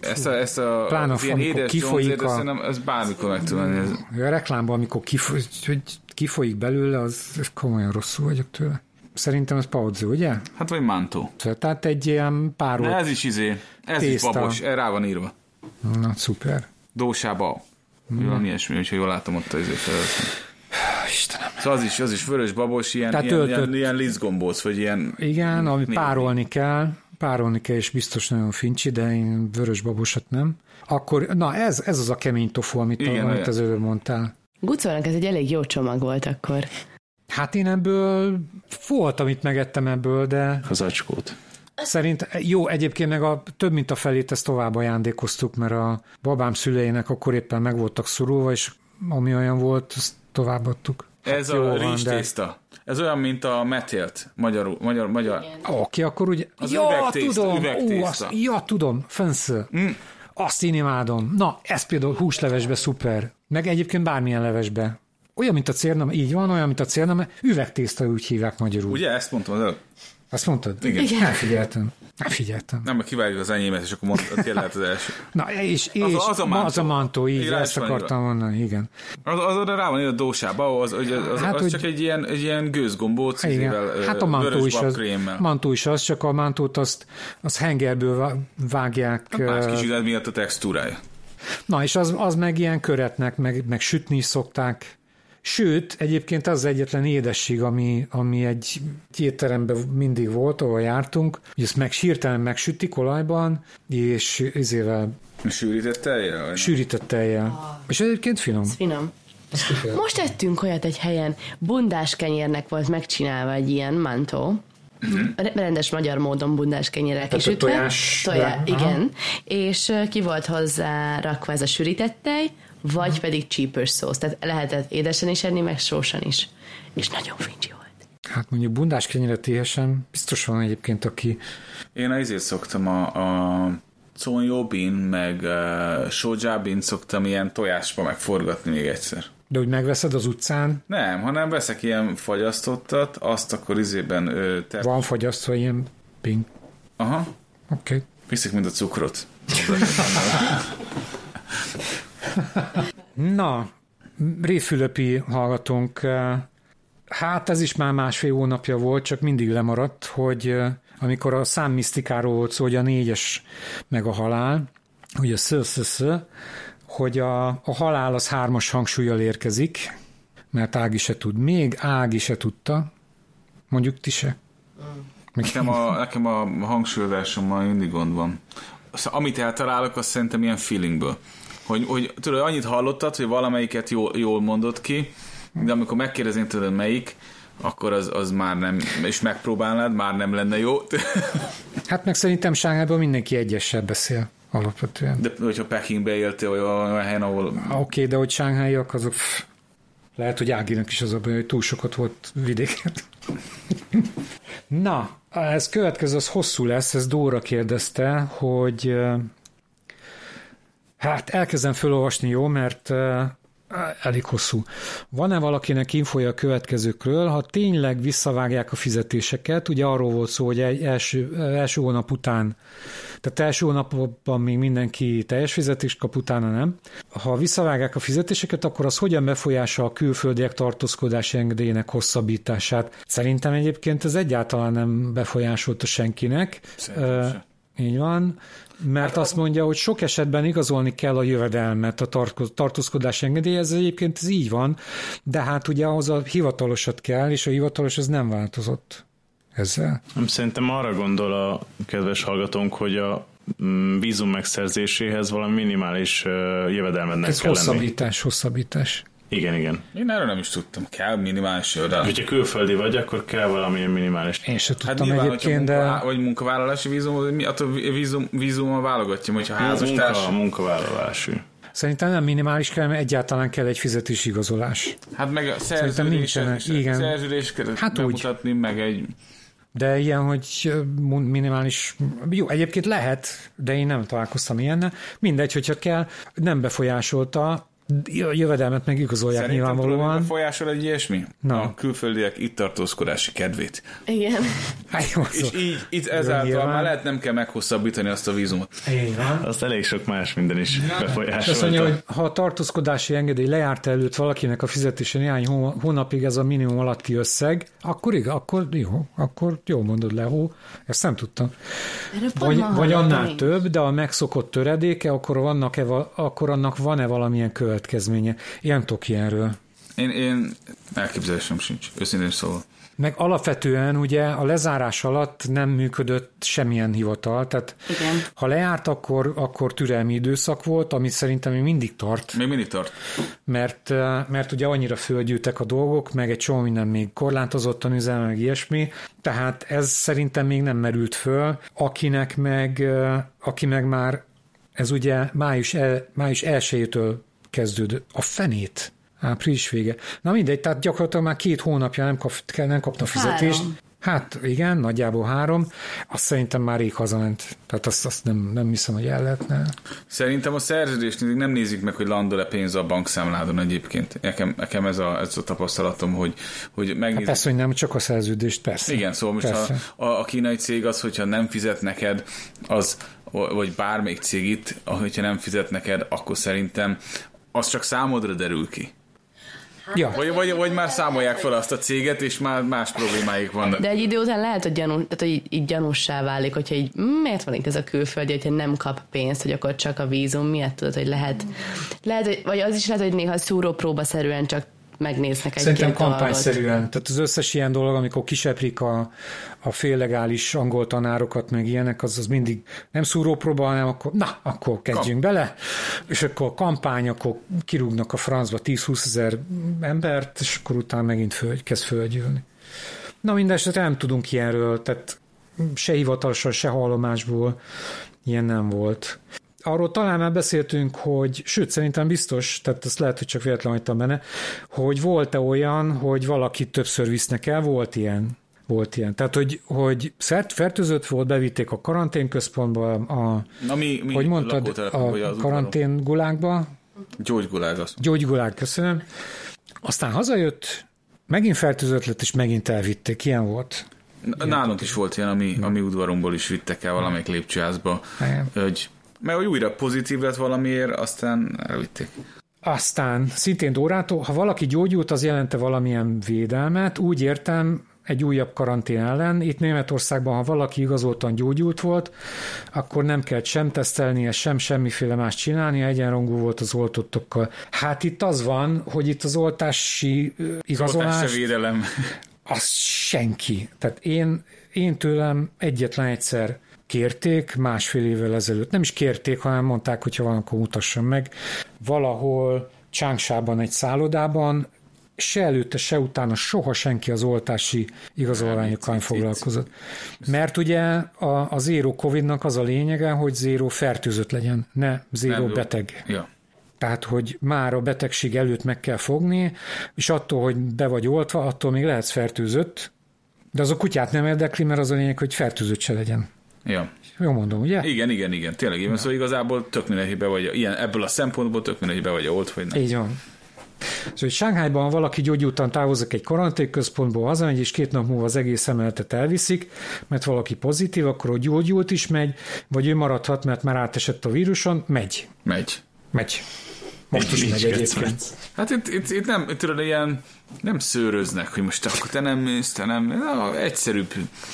ezt a, ezt a
Pláne,
az ilyen
amikor
édes
kifolyik
dzsonzét,
a-
ezt szerintem ez bármikor meg tudom enni. Ez-
A reklámban, amikor kifo- hogy kifolyik belőle, az ez komolyan rosszul vagyok tőle. Szerintem ez paudzó, ugye? Szóval,
Hát vagy mantó.
Tehát egy ilyen
De
párolt.
ez is izé, ez is
Tészta.
babos, erre rá van írva.
Na, szuper.
Dósába.
Mhm.
Mm. Valami ilyesmi, hogyha jól látom ott az felveszem.
Istenem.
Szóval az is, az is vörös babos, ilyen,
Tehát
ilyen,
töltött.
ilyen, ilyen lisztgombóc, vagy ilyen...
Igen, ami
Mi?
párolni kell, párolni kell, és biztos nagyon fincsi, de én vörös babosat nem. Akkor, na ez, ez az a kemény tofu, amit,
Igen,
Igen, amit
olyan.
az előbb mondtál.
Gucónak ez egy elég jó csomag volt akkor.
Hát én ebből volt, amit megettem ebből, de
Az acskót.
szerint jó, egyébként meg a több mint a felét ezt tovább ajándékoztuk, mert a babám szüleinek akkor éppen meg voltak szorulva, és ami olyan volt, azt továbbadtuk.
Ez
jó
a
van,
rizs
de-
tészta. Ez olyan, mint a metélt. Magyarul, magyar, magyar.
Oké, akkor ugye...
Az
ja,
üvegtészta,
tudom, Ú,
üvegtészta.
azt, ja, tudom, fönsző. Mm. Azt én imádom. Na, ez például húslevesbe szuper. Meg egyébként bármilyen levesbe. Olyan, mint a cérna, így van, olyan, mint a cérna, mert üvegtészta úgy hívják magyarul. Ugye?
Ugye ezt mondtam az előbb?
Azt mondtad?
Igen. Igen.
Nem figyeltem. Nem figyeltem.
Nem, mert kivágjuk az enyémet, és akkor mondtad, tényleg lehet az első.
Na, és, és
Az a- az a
ma- az a
mantó.
mantó, így,
Igen, rá
ezt
is van
akartam mondani, igen.
Az, az oda rá van írva a dósába, az, az,
Hát,
az, hát, az
hogy-
csak egy ilyen, egy ilyen gőzgombóc,
Igen.
izével,
Hát
ö,
a mantó
vörös
is, az,
babkrémmel.
mantó is az, csak a mantót azt, az hengerből vá- vágják.
Hát Más
ö,
kicsit miatt a textúrája.
Na, és az, az meg ilyen köretnek, meg, meg sütni is szokták. Sőt, egyébként az az egyetlen édesség, ami, ami egy egy étteremben mindig volt, ahol jártunk, hogy ezt meg hirtelen megsütik olajban, és ezével
Sűrített tejjel? Sűr...
sűrített tejjel. És egyébként finom.
Finom. Most ettünk olyat egy helyen, bundás kenyérnek volt megcsinálva egy ilyen mantó, Re- rendes magyar módon bundás kenyérrel
a
kisütve.
tojás-
Tojá,
aha.
igen. És ö, ki volt hozzá rakva ez a sűrített tej,
Mhm.
vagy pedig csípős szósz. Tehát lehetett édesen is enni, meg sósan is. És nagyon fincsi volt.
Hát mondjuk bundás kenyeret éhesen, biztos van egyébként, aki...
Én azért szoktam a, a Conjobin, meg uh, Shojabin szoktam ilyen tojásba megforgatni még egyszer.
De hogy megveszed az utcán,
Nem, hanem veszek ilyen fagyasztottat, azt akkor izében ö, te...
van fagyasztva ilyen ping.
Aha,
Oké. Okay.
viszik mind a cukrot.
Na, Réfülöpi hallgatónk, eh, hát ez is már másfél hónapja volt, csak mindig lemaradt, hogy eh, amikor a számmisztikáról volt szó, hogy a négyes meg a halál, hogy a szö, szö, szö hogy a, a halál az hármas hangsúlyjal érkezik, mert Ági se tud. Még Ági se tudta, mondjuk ti se. Még
Nekem a, nekem a hangsúlyozásommal mindig gond van. Szóval, amit eltalálok, azt szerintem ilyen feelingből. Hogy, hogy tudod, annyit hallottad, hogy valamelyiket jól, jól mondod ki, de amikor megkérdezném tőled melyik, akkor az, az már nem, és megpróbálnád, már nem lenne jó.
Hát meg szerintem Sángában mindenki egyessel beszél alapvetően.
De hogyha Pekingbe éltél, vagy olyan helyen, ahol
Oké, okay, de hogy sángháiak, azok pff, lehet, hogy Áginak is az a baj, hogy túl sokat volt vidéken. Na, ez következő, az hosszú lesz, ez Dóra kérdezte, hogy ö, hát elkezdem felolvasni, jó, mert ö, elég hosszú. Van-e valakinek infoja a következőkről, ha tényleg visszavágják a fizetéseket, ugye arról volt szó, hogy egy első, első hónap után tehát első hónapban még mindenki teljes fizetést kap, utána nem. Ha visszavágják a fizetéseket, akkor az hogyan befolyása a külföldiek tartózkodási engedélyének hosszabbítását? Szerintem egyébként ez egyáltalán nem befolyásolta senkinek. Ö, így van, mert azt mondja, hogy sok esetben igazolni kell a jövedelmet, a tartko- tartózkodási engedély, ez egyébként ez így van, de hát ugye ahhoz a hivatalosat kell, és a hivatalos ez nem változott ezzel.
Nem, Szerintem arra gondol a kedves hallgatónk, hogy a mm, vízum megszerzéséhez valami minimális uh, jövedelmednek
Ez
kell lenni.
hosszabbítás, hosszabbítás.
Igen, igen.
én erről nem is tudtam, kell minimális jövedelem.
Hogyha külföldi vagy, akkor kell valamilyen minimális.
Én se
Hát
tudtam
nyilván,
egyébként,
hogyha
de
munka, vagy munkavállalási vízum, vagy mi, attól vízum, vízummal válogatja, hogyha házastárs.
Munka, munkavállalású.
szerintem nem minimális kell, mert egyáltalán kell egy fizetési igazolás.
Hát meg a szerződés,
nincsenek, igen.
szerződés kellett
Hát
hát
úgy. Hát
bemutatni, meg egy...
De ilyen, hogy ö, mun- minimális, jó, egyébként lehet, de én nem találkoztam ilyennel. Mindegy, hogyha kell, nem befolyásolta a jövedelmet megigazolják
Szerintem
nyilvánvalóan.
tudod, Folyásol egy ilyesmi?
Na.
A külföldiek itt tartózkodási kedvét.
Igen.
Hát jó,
És
szó.
így, itt ezáltal
nyilván.
már lehet nem kell meghosszabbítani azt a vízumot.
Így van.
Azt elég sok más minden
És
is
azt mondja,
befolyásolta.
hogy ha a tartózkodási engedély lejárt előtt valakinek a fizetése néhány hó- hónapig ez a minimum alatti összeg, akkor igen, akkor jó, akkor jó mondod le, hó, ezt nem tudtam.
Erről pont
Vagy,
ma
vagy
hallottam
annál
én.
több, de a megszokott töredéke, akkor, vannak-e, val- akkor annak van-e valamilyen következménye? Ilyen tudok ilyenről.
Én, én elképzelésem sincs, őszintén szólva.
Meg alapvetően ugye a lezárás alatt nem működött semmilyen hivatal, tehát
Igen.
ha lejárt, akkor, akkor türelmi időszak volt, ami szerintem még mindig tart,
Még mindig tart.
mert, eh, mert ugye annyira földgyűltek a dolgok, meg egy csomó minden még korlátozottan üzemel, meg ilyesmi, tehát ez szerintem még nem merült föl, akinek meg, eh, aki meg már, ez ugye május, el, május 1-től kezdődött, a fenét, április vége. Na mindegy, tehát gyakorlatilag már két hónapja nem, kap, nem kapta fizetést.
Három.
Hát igen, nagyjából három. Azt szerintem már rég hazament. Tehát azt, azt nem, nem hiszem, hogy el lehetne. Hát
Szerintem a szerződést mindig nem nézik meg, hogy landol-e pénz a bankszámládon egyébként. Nekem, nekem ez, a, ez a tapasztalatom, hogy, hogy megnézik.
Persze, hogy nem, csak a szerződést, persze.
Igen, szóval most
Persze.
a, a, a kínai cég az, hogyha nem fizet neked, az, vagy bármelyik cég itt, hogyha nem fizet neked, akkor szerintem az csak számodra derül ki.
Ja.
Vagy, vagy, vagy már számolják fel azt a céget, és már más problémáik vannak.
De egy idő után lehet, hogy, gyanú, tehát, hogy így, így gyanússá válik, hogyha így "Mm, miért van itt ez a külföldi, hogyha nem kap pénzt, hogy akkor csak a vízum miatt tudod, hogy lehet. lehet hogy, vagy az is lehet, hogy néha szúrópróba szerűen csak megnéznek egy
Szerintem
dolgot.
kampányszerűen. Tehát az összes ilyen dolog, amikor kiseprik a, a féllegális angol tanárokat, meg ilyenek, az, az mindig nem szúrópróba, hanem akkor, na, akkor kezdjünk bele, és akkor kampány, akkor kirúgnak a francba 10-20 ezer embert, és akkor utána megint föl, kezd fölgyűlni. Na mindesetre nem tudunk ilyenről, tehát se hivatalosan, se hallomásból ilyen nem volt. Arról talán már beszéltünk, hogy, sőt, szerintem biztos, tehát ezt lehet, hogy csak véletlen hagytam benne, hogy volt-e olyan, hogy valaki többször visznek el, volt ilyen. Volt ilyen. Tehát, hogy, hogy szert, fertőzött volt, bevitték a karanténközpontba, a,
Na mi, mi
hogy mondtad,
lakótelepünk, vagy
a
az karantén...
karanténgulákba,
Gyógygulág az.
gyógygulág, köszönöm. Aztán hazajött, megint fertőzött lett, és megint elvitték. Ilyen volt.
Na- Nálunk is volt ilyen, ami, ami udvarunkból is vittek el valamelyik lépcsőházba.
Igen.
Hogy, mert hogy újra pozitív lett valamiért, aztán elvitték.
Aztán szintén Dórától, ha valaki gyógyult, az jelente valamilyen védelmet, úgy értem, egy újabb karantén ellen. Itt Németországban, ha valaki igazoltan gyógyult volt, akkor nem kellett sem tesztelnie, sem semmiféle más csinálnia, egyenrangú volt az oltottakkal. Hát itt az van, hogy itt az oltási ö,
Azonás...
igazolás,
se védelem.
az senki. Tehát én, én tőlem egyetlen egyszer kérték másfél évvel ezelőtt. Nem is kérték, hanem mondták, hogy ha van, akkor mutassam meg. Valahol Csángsában egy szállodában se előtte, se utána soha senki az oltási igazolványokkal nem foglalkozott. Mert ugye a, a zéro Covid-nak az a lényege, hogy zéro fertőzött legyen, ne zéro
Nem, jó.
beteg.
Ja.
Tehát, hogy már a betegség előtt meg kell fogni, és attól, hogy be vagy oltva, attól még lehetsz fertőzött, de az a kutyát nem érdekli, mert az a lényeg, hogy fertőzött se legyen.
ja.
Jó mondom, ugye?
Igen, igen, igen, tényleg így van. Szóval igazából tök mindegy, hogy be vagy, ilyen, ebből a szempontból tök mindegy, hogy be vagy olt, vagy nem.
Így van. Szóval, hogy Sánghájban ha valaki gyógyultan távozik egy karanténközpontból, hazamegy, és két nap múlva az egész emeletet elviszik, mert valaki pozitív, akkor ő gyógyult is megy, vagy ő maradhat, mert már átesett a víruson, megy.
Megy.
Megy. Most is megy egyébként.
Hát itt, itt, itt nem, tudod, ilyen nem szőröznek, hogy most akkor te nem mész, te nem, na, egyszerűbb,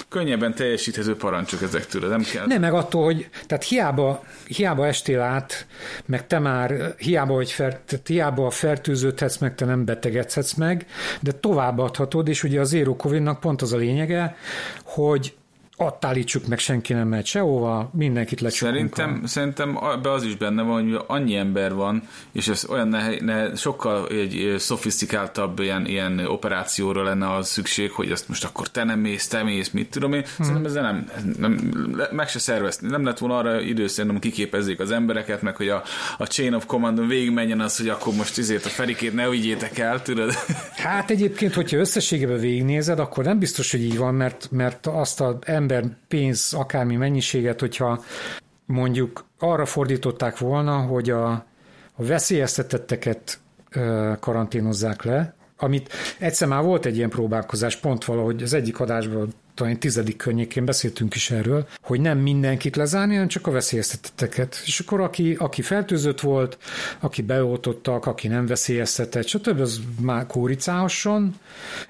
könnyebben teljesíthető parancsok ezek, tudod, nem kell.
Nem, meg attól, hogy tehát hiába, hiába estél át, meg te már hiába, hogy fer, tehát hiába fertőződhetsz, meg te nem betegedhetsz meg, de továbbadhatod, és ugye az Zero Covid-nak pont az a lényege, hogy ott állítsuk meg, senki nem megy sehova, mindenkit lecsukunk. a-
Szerintem, szerintem be az is benne van, hogy annyi ember van, és ez olyan ne, ne, sokkal egy ö, szofisztikáltabb ilyen, ilyen operációra lenne az szükség, hogy azt most akkor te nem mész, te mész, mit tudom
Hmm.
én. Szerintem ezzel nem, nem le- meg se szervezni. Nem lett volna arra idő, szerintem kiképezzék az embereket, meg hogy a, a Chain of Command-on végigmenjen az, hogy akkor most izért a Ferikét ne vigyétek el, tudod?
Hát egyébként, hogyha összességében végignézed, akkor nem biztos, hogy így van, mert, mert azt az ember pénz, akármi mennyiséget, hogyha mondjuk arra fordították volna, hogy a, a veszélyeztetetteket ö, karanténozzák le, amit egyszer már volt egy ilyen próbálkozás, pont valahogy az egyik adásban talán tizedik környékén beszéltünk is erről, hogy nem mindenkit lezárni, hanem csak a veszélyeztetetteket. És akkor aki, aki fertőzött volt, aki beoltottak, aki nem veszélyeztetett, stb. az már kóricáhasson,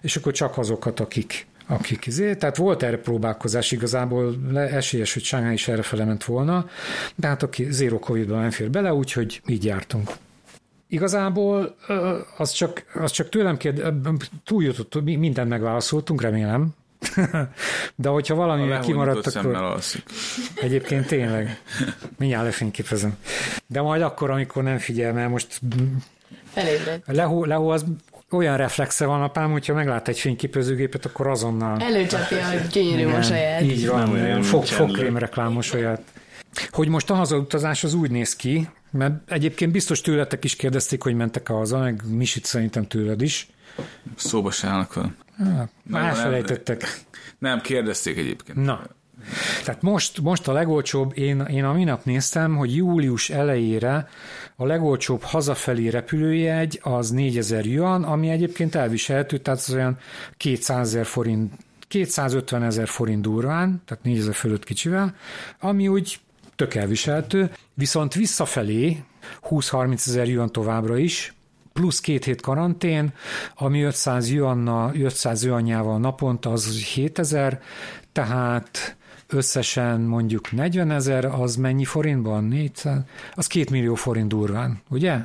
és akkor csak azokat, akik akik izé, tehát volt erre próbálkozás, igazából le- esélyes, hogy Sánghá is erre ment volna, de hát aki zero covid nem fér bele, úgyhogy így jártunk. Igazából ö, az csak, az csak tőlem kérd, túljutott, mi- mindent megválaszoltunk, remélem. De hogyha valami kimaradt,
Lehonyított
akkor...
szemmel alszik.
Egyébként tényleg. Mindjárt lefényképezem. De majd akkor, amikor nem figyel, mert most
Felébred.
Lehó, Lehó az olyan reflexe van apám, hogyha meglát egy fényképezőgépet, akkor azonnal...
Előcsapja a gyönyörű
Igen,
mosolyát.
Így van,
Nem
nem,
olyan
nem, fog,
Chandler.
fogkrém reklámos olyat. Hogy most a hazautazás az úgy néz ki, mert egyébként biztos tőletek is kérdezték, hogy mentek haza, meg Misit szerintem tőled is.
Szóba se állnak velem.
Már
nem.
elfelejtettek.
Nem, kérdezték egyébként.
Na, tehát most, most a legolcsóbb, én, én a minap néztem, hogy július elejére a legolcsóbb hazafelé repülőjegy az 4000 yuan, ami egyébként elviselhető, tehát az olyan 200 ezer forint, 250 ezer forint durván, tehát 4000 fölött kicsivel, ami úgy tök elviselhető, viszont visszafelé 20-30 ezer yuan továbbra is, plusz két hét karantén, ami 500 yuanna, 500 yuanjával naponta az 7000, tehát összesen mondjuk 40 ezer, az mennyi forintban? 400? Az 2 millió forint durván, ugye?
40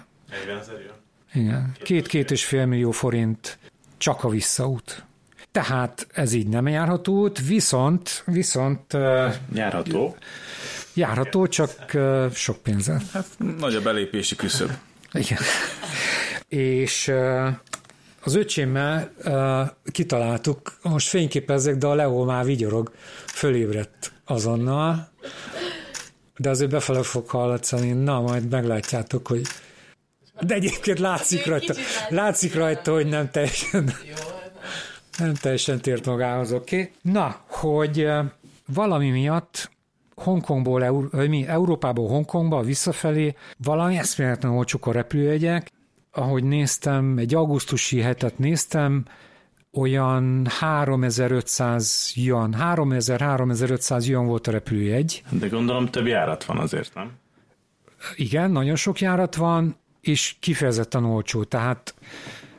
ezer jön.
Igen. Két-két és fél millió forint csak a visszaút. Tehát ez így nem járható út, viszont, viszont ö,
Járható.
járható, csak ö, sok pénzzel.
Hát nagy a belépési küszöb.
Igen. És ö, az öcsémmel ö, kitaláltuk, most fényképezzek, de a Leo már vigyorog, fölébredt azonnal, de azért befele fog hallatszani, na majd meglátjátok, hogy de egyébként látszik rajta, látszik rajta, hogy nem teljesen, nem teljesen tért magához, oké? Okay? Na, hogy ö, valami miatt Hongkongból, Eur- vagy mi, Európából Hongkongba visszafelé valami eszméletlen olcsók a repülőjegyek. Ahogy néztem, egy augusztusi hetet néztem, olyan 3500 jön, 3000-3500 jön volt a repülőjegy.
De gondolom több járat van azért, nem?
Igen, nagyon sok járat van, és kifejezetten olcsó. Tehát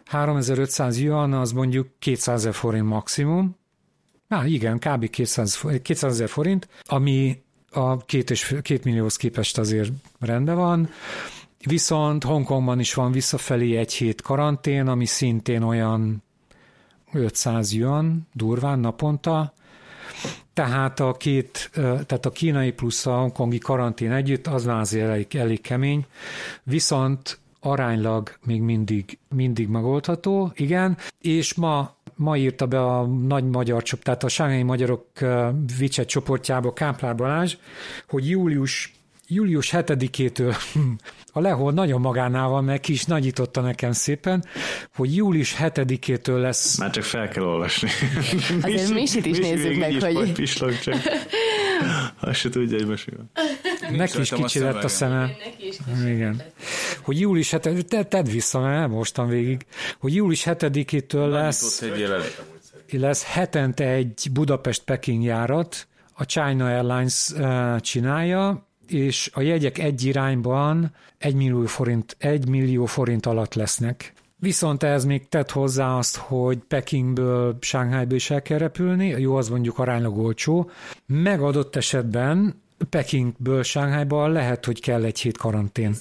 3500 yuan az mondjuk 200 ezer forint maximum. Á, igen, kb. 200 for- 200 ezer forint, ami a két, és fél, két millióhoz képest azért rendben van. Viszont Hongkongban is van visszafelé egy hét karantén, ami szintén olyan 500 yuan durván naponta, tehát a két, ö, tehát a kínai plusz a hongkongi karantén együtt, az már azért elég, elég kemény, viszont aránylag még mindig, mindig megoldható, igen, és ma ma írta be a nagy magyar csoport, tehát a sángai magyarok ö, Vicset csoportjába Káplár Balázs, hogy július július 7-től a Lehol nagyon magánál van, mert ki is nagyította nekem szépen, hogy július 7-től lesz
Már csak fel kell olvasni.
Azért Misit is nézzük
végig
meg,
is
hogy-
majd pislog csak. Azt se tudja, hogy meséljen.
Neki is
rajtam a
kicsi lett a
szemüvegem.
szeme. Igen. Hogy július 7 te, tedd vissza, mert elmostam végig, hogy július 7-től lesz,
Nyitott egy jelenleg.
lesz hetente egy Budapest-Peking járat, a China Airlines eh, csinálja, és a jegyek egy irányban 1 millió forint, 1 millió forint alatt lesznek. Viszont ez még tett hozzá azt, hogy Pekingből, Sánkhájba is el kell repülni, jó, az mondjuk aránylag olcsó. Megadott esetben Pekingből Sánkhájba lehet, hogy kell egy hét karantén.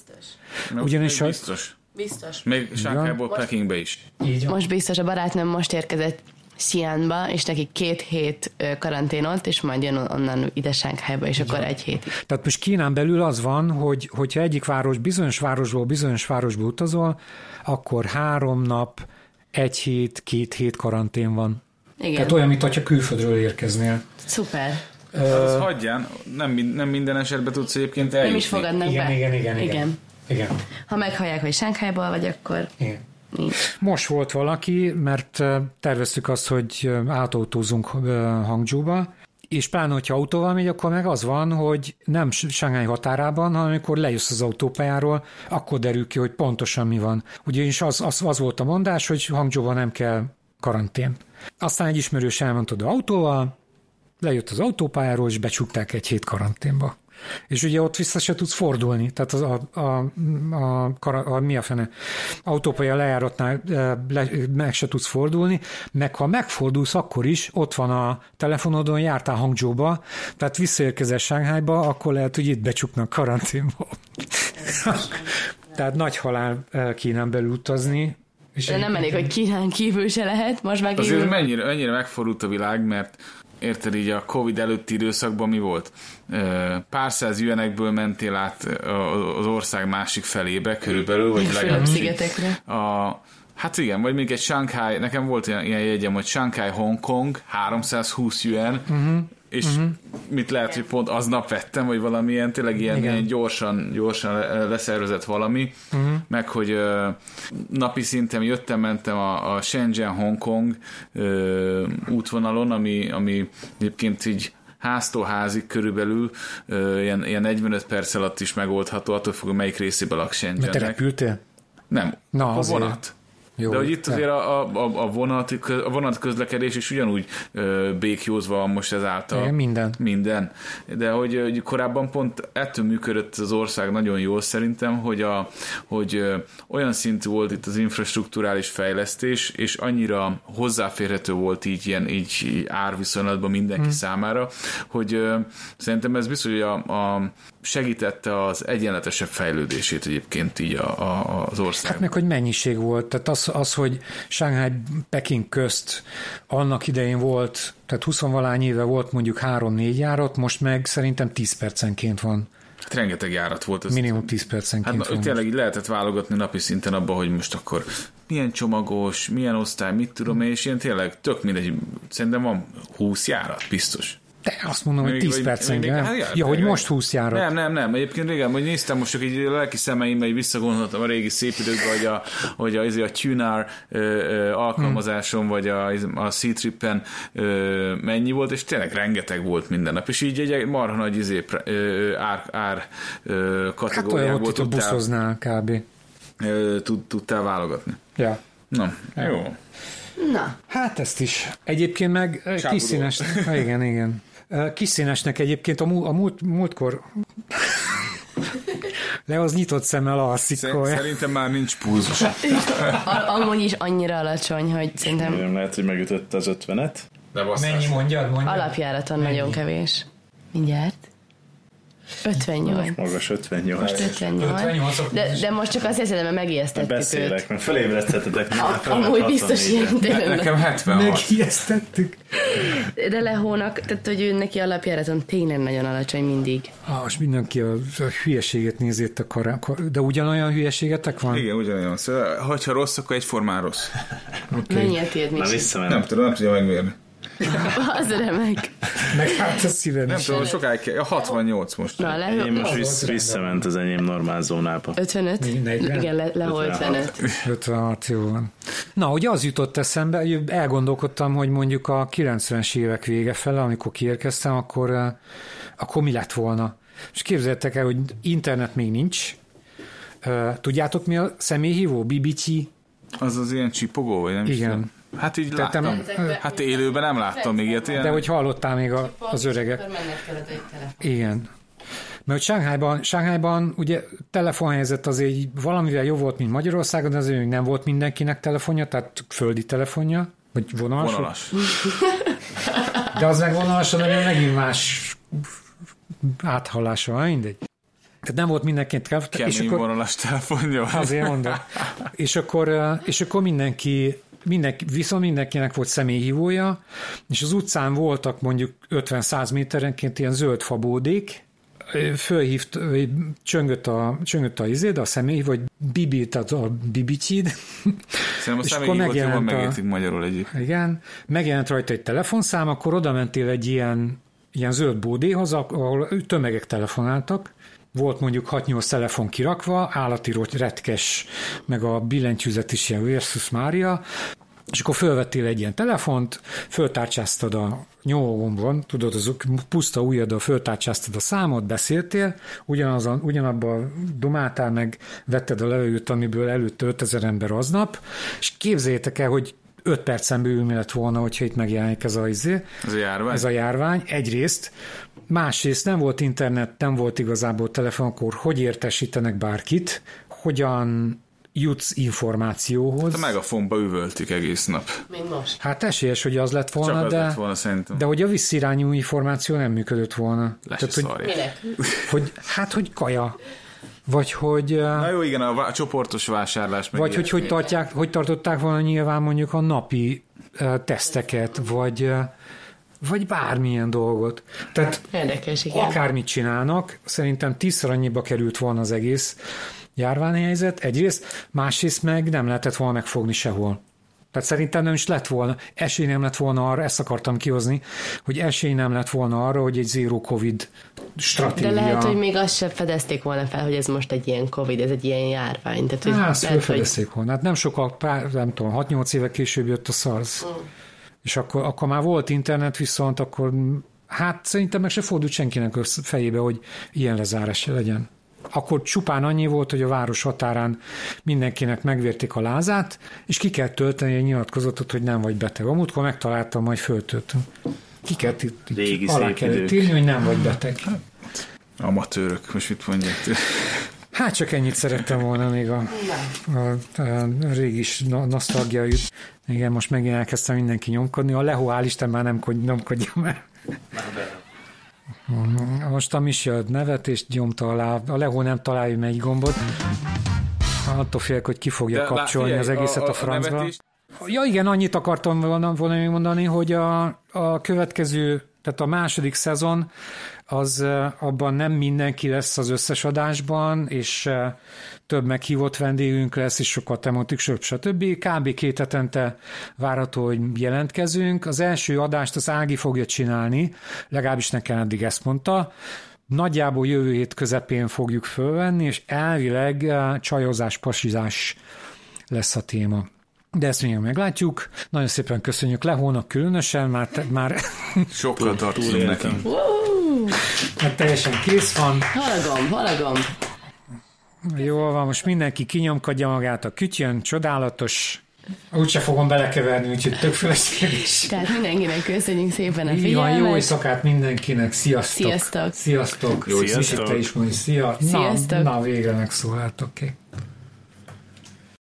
Na,
Ugyanis
még
a-
Biztos.
Biztos.
Még Sánkhából Pekingbe is.
Most biztos a barátnőm most érkezett Xi'anba, és neki két hét ö, karantén ott, és majd jön onnan ide Sánkhájba, és akkor egy hét.
Tehát most Kínán belül az van, hogy hogyha egyik város, bizonyos városból bizonyos városba utazol, akkor három nap, egy hét, két hét karantén van.
Igen.
Tehát olyan, mintha külföldről érkeznél.
Szuper.
Hát azt hagyján, nem, min- nem minden esetben tudsz egyébként eljutni.
Nem is fogadnak
Igen,
be.
igen, igen, igen.
igen.
Igen.
Ha meghallják, hogy Sánkhájból vagy, akkor
Igen.
nincs.
Most volt valaki, mert eh, terveztük azt, hogy eh, átautózunk eh, Hangzsúba, És pláne, hogyha autóval megy, akkor meg az van, hogy nem Sángály határában, hanem amikor lejössz az autópályáról, akkor derül ki, hogy pontosan mi van. Ugyanis az, az, az volt a mondás, hogy Hangzsóban nem kell karantén. Aztán egy ismerős elment oda autóval, lejött az autópályáról, és becsukták egy hét karanténba. És ugye ott vissza se tudsz fordulni, tehát az a, a, a, a, a mi a fene, autópálya lejáratnál e, le, meg se tudsz fordulni, meg ha megfordulsz, akkor is ott van a telefonodon, jártál Hangzsóba, tehát visszaérkezel Sánghájba, akkor lehet, hogy itt becsuknak karanténba. tehát nagy halál e, Kínán belül utazni. És
De nem elég, hogy Kínán kívül se lehet, most meg
Azért
kívül-
mennyire, mennyire megfordult a világ, mert érted így a Covid előtti időszakban mi volt? Ö, Pár száz jönekből mentél át ö, az ország másik felébe körülbelül, vagy legalábbis így.
Fülöp-szigetekre.
A, hát igen, vagy még egy Shanghai, nekem volt ilyen, ilyen jegyem, hogy Shanghai Hongkong 320 yuan,
Mhm.
uh-huh. és uh-huh. mit lehet, hogy pont aznap vettem, vagy valamilyen, tényleg ilyen, ilyen gyorsan, gyorsan le- leszervezett valami,
Mhm.
uh-huh. meg hogy ö, napi szinten jöttem-mentem a, a Shenzhen-Hongkong ö, útvonalon, ami, ami egyébként így háztól házig körülbelül ö, ilyen, ilyen 45 perc alatt is megoldható, attól függ, hogy melyik részébe lak
Mert te
Shenzhennek.
repültél?
Nem,
Na,
a
azért.
vonat.
Jó,
De hogy itt
te-
azért a, a, a, a, vonat, a vonat közlekedés is ugyanúgy ö, békjózva van most ezáltal.
Igen, minden.
Minden. De hogy, ö, hogy korábban pont ettől működött az ország nagyon jól szerintem, hogy, a, hogy ö, olyan szintű volt itt az infrastruktúrális fejlesztés, és annyira hozzáférhető volt így ilyen így árviszonylatban mindenki hmm. számára, hogy ö, szerintem ez biztos, hogy a, a segítette az egyenletesebb fejlődését egyébként így a, a, az ország.
Hát meg, hogy mennyiség volt. Tehát az, az hogy Shanghai Peking közt annak idején volt, tehát 20 valány éve volt mondjuk 3-4 járat, most meg szerintem 10 percenként van.
Hát rengeteg járat volt. Ez
Minimum 10
Hát
percenként
na,
van.
tényleg így lehetett válogatni napi szinten abba, hogy most akkor milyen csomagos, milyen osztály, mit tudom én, és ilyen tényleg tök mindegy. Szerintem van 20 járat, biztos.
De azt mondom, hogy
Még-
10
vagy-
percenként.
még- hát igen,
Ja, hogy
igen.
most Hát 20 járat.
Nem, nem, nem. Egyébként régen, hogy néztem most csak így a lelki szemeimmel, így visszagondoltam a régi szép időkbe, hogy a, hogy a, izé a tuner ö, ö, alkalmazáson, vagy a, izé, a C-trippen ö, mennyi volt, és tényleg rengeteg volt minden nap. És így egy- egy marha nagy izé, pre- ö, ár, ár ö,
Hát olyan
kategóriából
volt itt a
tudtál,
buszoznál kb.
ö, tud, tudtál válogatni.
Ja.
Na, jó.
Na,
Hát ezt is. Egyébként meg eh,
Csábudó.
kiszínes. Ah, Igen, igen. Eh, Kiszínesnek egyébként a, mú, a múlt, múltkor le az nyitott szemmel alszik.
Szer-
olyan.
Szerintem már nincs púzus.
a- amúgy is annyira alacsony, hogy szerintem
Nem lehet, hogy megütötte az ötvenet.
De basszás.
Mennyi mondjad, mondjad.
alapjáraton nagyon kevés. Mindjárt. 58.
Magas 58.
58. De, de most csak azért szerintem, mert megijesztettük őt.
Beszélek, mert felébresztetetek.
A- Amúgy biztos ilyen tényleg.
Nekem 76.
Megijesztettük.
De lehónak, tehát hogy ő neki alapjáraton tényleg nagyon alacsony mindig.
Ah, most mindenki a, a hülyeséget nézi itt a kará, kar- de ugyanolyan hülyeségetek van?
Igen, ugyanolyan. Szóval, hogyha rossz, akkor egyformán rossz.
Okay. Mennyi a tiéd,
Na
Misi?
visszamenem.
tudom, nem tudja megmérni.
Az remek.
Meg hát a szívem
Nem
is.
tudom, sokáig kell. Ja, 68 most.
Na, le,
Én most vissz, visszament az enyém normál zónába.
55?
Negyven.
Igen, le, lehol
56.
55.
56 jó van. Na, ugye az jutott eszembe, hogy elgondolkodtam, hogy mondjuk a 90-es évek vége fele, amikor kiérkeztem, akkor, eh, akkor mi lett volna? És képzeljétek el, hogy internet még nincs. Eh, Tudjátok mi a személyhívó? Bibiti?
Az az ilyen csipogó, vagy nem is
Igen.
tudom. Hát így
Tehát
láttam. Hát élőben nem láttam még ilyet. Ilyen.
De hogy hallottál még a, az öregek. Igen. Mert hogy Sánghájban, Sánghájban ugye telefonhelyzet az így valamivel jó volt, mint Magyarországon, de azért még nem volt mindenkinek telefonja, tehát földi telefonja, vagy vonalas.
vonalas.
De az meg vonalas, hanem megint más áthallása, ha mindegy. Tehát nem volt mindenkinek telefon. És
Kemény
akkor,
vonalas telefonja. van.
Azért mondom. És akkor, eh, és akkor mindenki, mindenki, viszont mindenkinek volt személyhívója, és az utcán voltak mondjuk 50-100 méterenként ilyen zöld fabódék, Eh, fölhívt, eh, csöngött a, csöngött a izéd, a személy, vagy bibi, tehát a bibicid,
Szerintem a
És akkor
személyhívót jobban
megjelent a-
megértik magyarul egyik.
igen, megjelent rajta egy telefonszám, akkor oda mentél egy ilyen, ilyen zöld bódéhoz, ahol tömegek telefonáltak, volt mondjuk 6-8 telefon kirakva, állati rot- retkes, meg a billentyűzet is ilyen versus Mária, És akkor fölvettél egy ilyen telefont, föltárcsáztad a nyomógombon, tudod, az puszta ujjaddal föltárcsáztad a számot, beszéltél, ugyanaz a, ugyanabban dumáltál meg, vetted a levegőt, amiből előtte 5000 ember aznap, és képzeljétek el, hogy 5 percen belül mi lett volna, hogyha itt megjelenik ez a izé.
Ez a járvány?
Ez a járvány, egyrészt. Másrészt nem volt internet, nem volt igazából telefon, akkor hogy értesítenek bárkit, hogyan jutsz információhoz.
Hát A megafonba üvöltük egész nap.
Mint most.
Hát esélyes, hogy az lett volna,
Csak az
de,
lett volna szerintem.
de hogy a visszirányú információ nem működött volna.
Le se
Tehát, hogy,
szarja.
Minek?
hogy, hát, hogy kaja. Vagy hogy... ö,
Na jó, igen, a, vá- a csoportos vásárlás. Meg
Vagy
ilyen.
hogy hogy, tartják, hogy tartották volna nyilván mondjuk a napi ö, teszteket, vagy, ö, vagy bármilyen dolgot. Tehát
Érdekes, igen.
akármit csinálnak, szerintem tízszer annyiba került volna az egész járványhelyzet, egyrészt, másrészt meg nem lehetett volna megfogni sehol. Tehát szerintem nem is lett volna, esély nem lett volna arra, ezt akartam kihozni, hogy esély nem lett volna arra, hogy egy zero covid
De
stratégia.
lehet, hogy még azt sem fedezték volna fel, hogy ez most egy ilyen Covid, ez egy ilyen járvány. Tehát, hogy
Hát,
lehet, hogy
fölfedezték volna. Hát nem sokkal, pár, nem tudom, 6-8 éve később jött a SARS. És akkor, akkor már volt internet, viszont akkor hát szerintem meg se fordult senkinek a fejébe, hogy ilyen lezárás legyen. Akkor csupán annyi volt, hogy a város határán mindenkinek megvérték a lázát, és ki kell tölteni egy nyilatkozatot, hogy nem vagy beteg. A múltkor megtaláltam, majd föltöltöm. Ki kell itt,
Régi
itt alá
szép
kellett
idők.
írni, hogy nem vagy beteg.
Amatőrök, most mit mondják?
Hát csak ennyit szerettem volna még a, a, a régi is no- nosztalgia jut. Igen, most megint elkezdtem mindenki nyomkodni. A Lehó, hál' Isten, már nem kod- nyomkodja már. Most a Misi ad nevet, és nyomta alá. A Lehó nem találja meg egy gombot. Attól félek, hogy ki fogja
De
de,
lá-
kapcsolni
figyelj,
az egészet a, a francba.
nevetés-
Ja igen, annyit akartam volna, volna még mondani, hogy a, a következő, tehát a második szezon, az eh, abban nem mindenki lesz az összes adásban, és eh, több meghívott vendégünk lesz, és sokat tematük, stb. stb. Kb. két hetente várható, hogy jelentkezünk. Az első adást az Ági fogja csinálni, legalábbis nekem eddig ezt mondta. Nagyjából jövő hét közepén fogjuk fölvenni, és elvileg eh, csajozás, pasizás lesz a téma. De ezt még meglátjuk. Nagyon szépen köszönjük Lehónak különösen, már, te, már,
Sokkal tartozunk neki.
túléltem.
már Hát teljesen kész van.
Halagom, halagom.
Jól van, most mindenki kinyomkodja magát a kütyön, csodálatos. Úgyse fogom belekeverni, úgyhogy tök fölösség is.
Tehát mindenkinek köszönjük szépen a
Így van, jó
figyelmet.
éjszakát mindenkinek, sziasztok!
Sziasztok.
Sziasztok!
Jó
Misi,
éjszakát.
Te is mondj, szia!
Sziasztok.
Na, na végre megszólaltok, oké. Okay.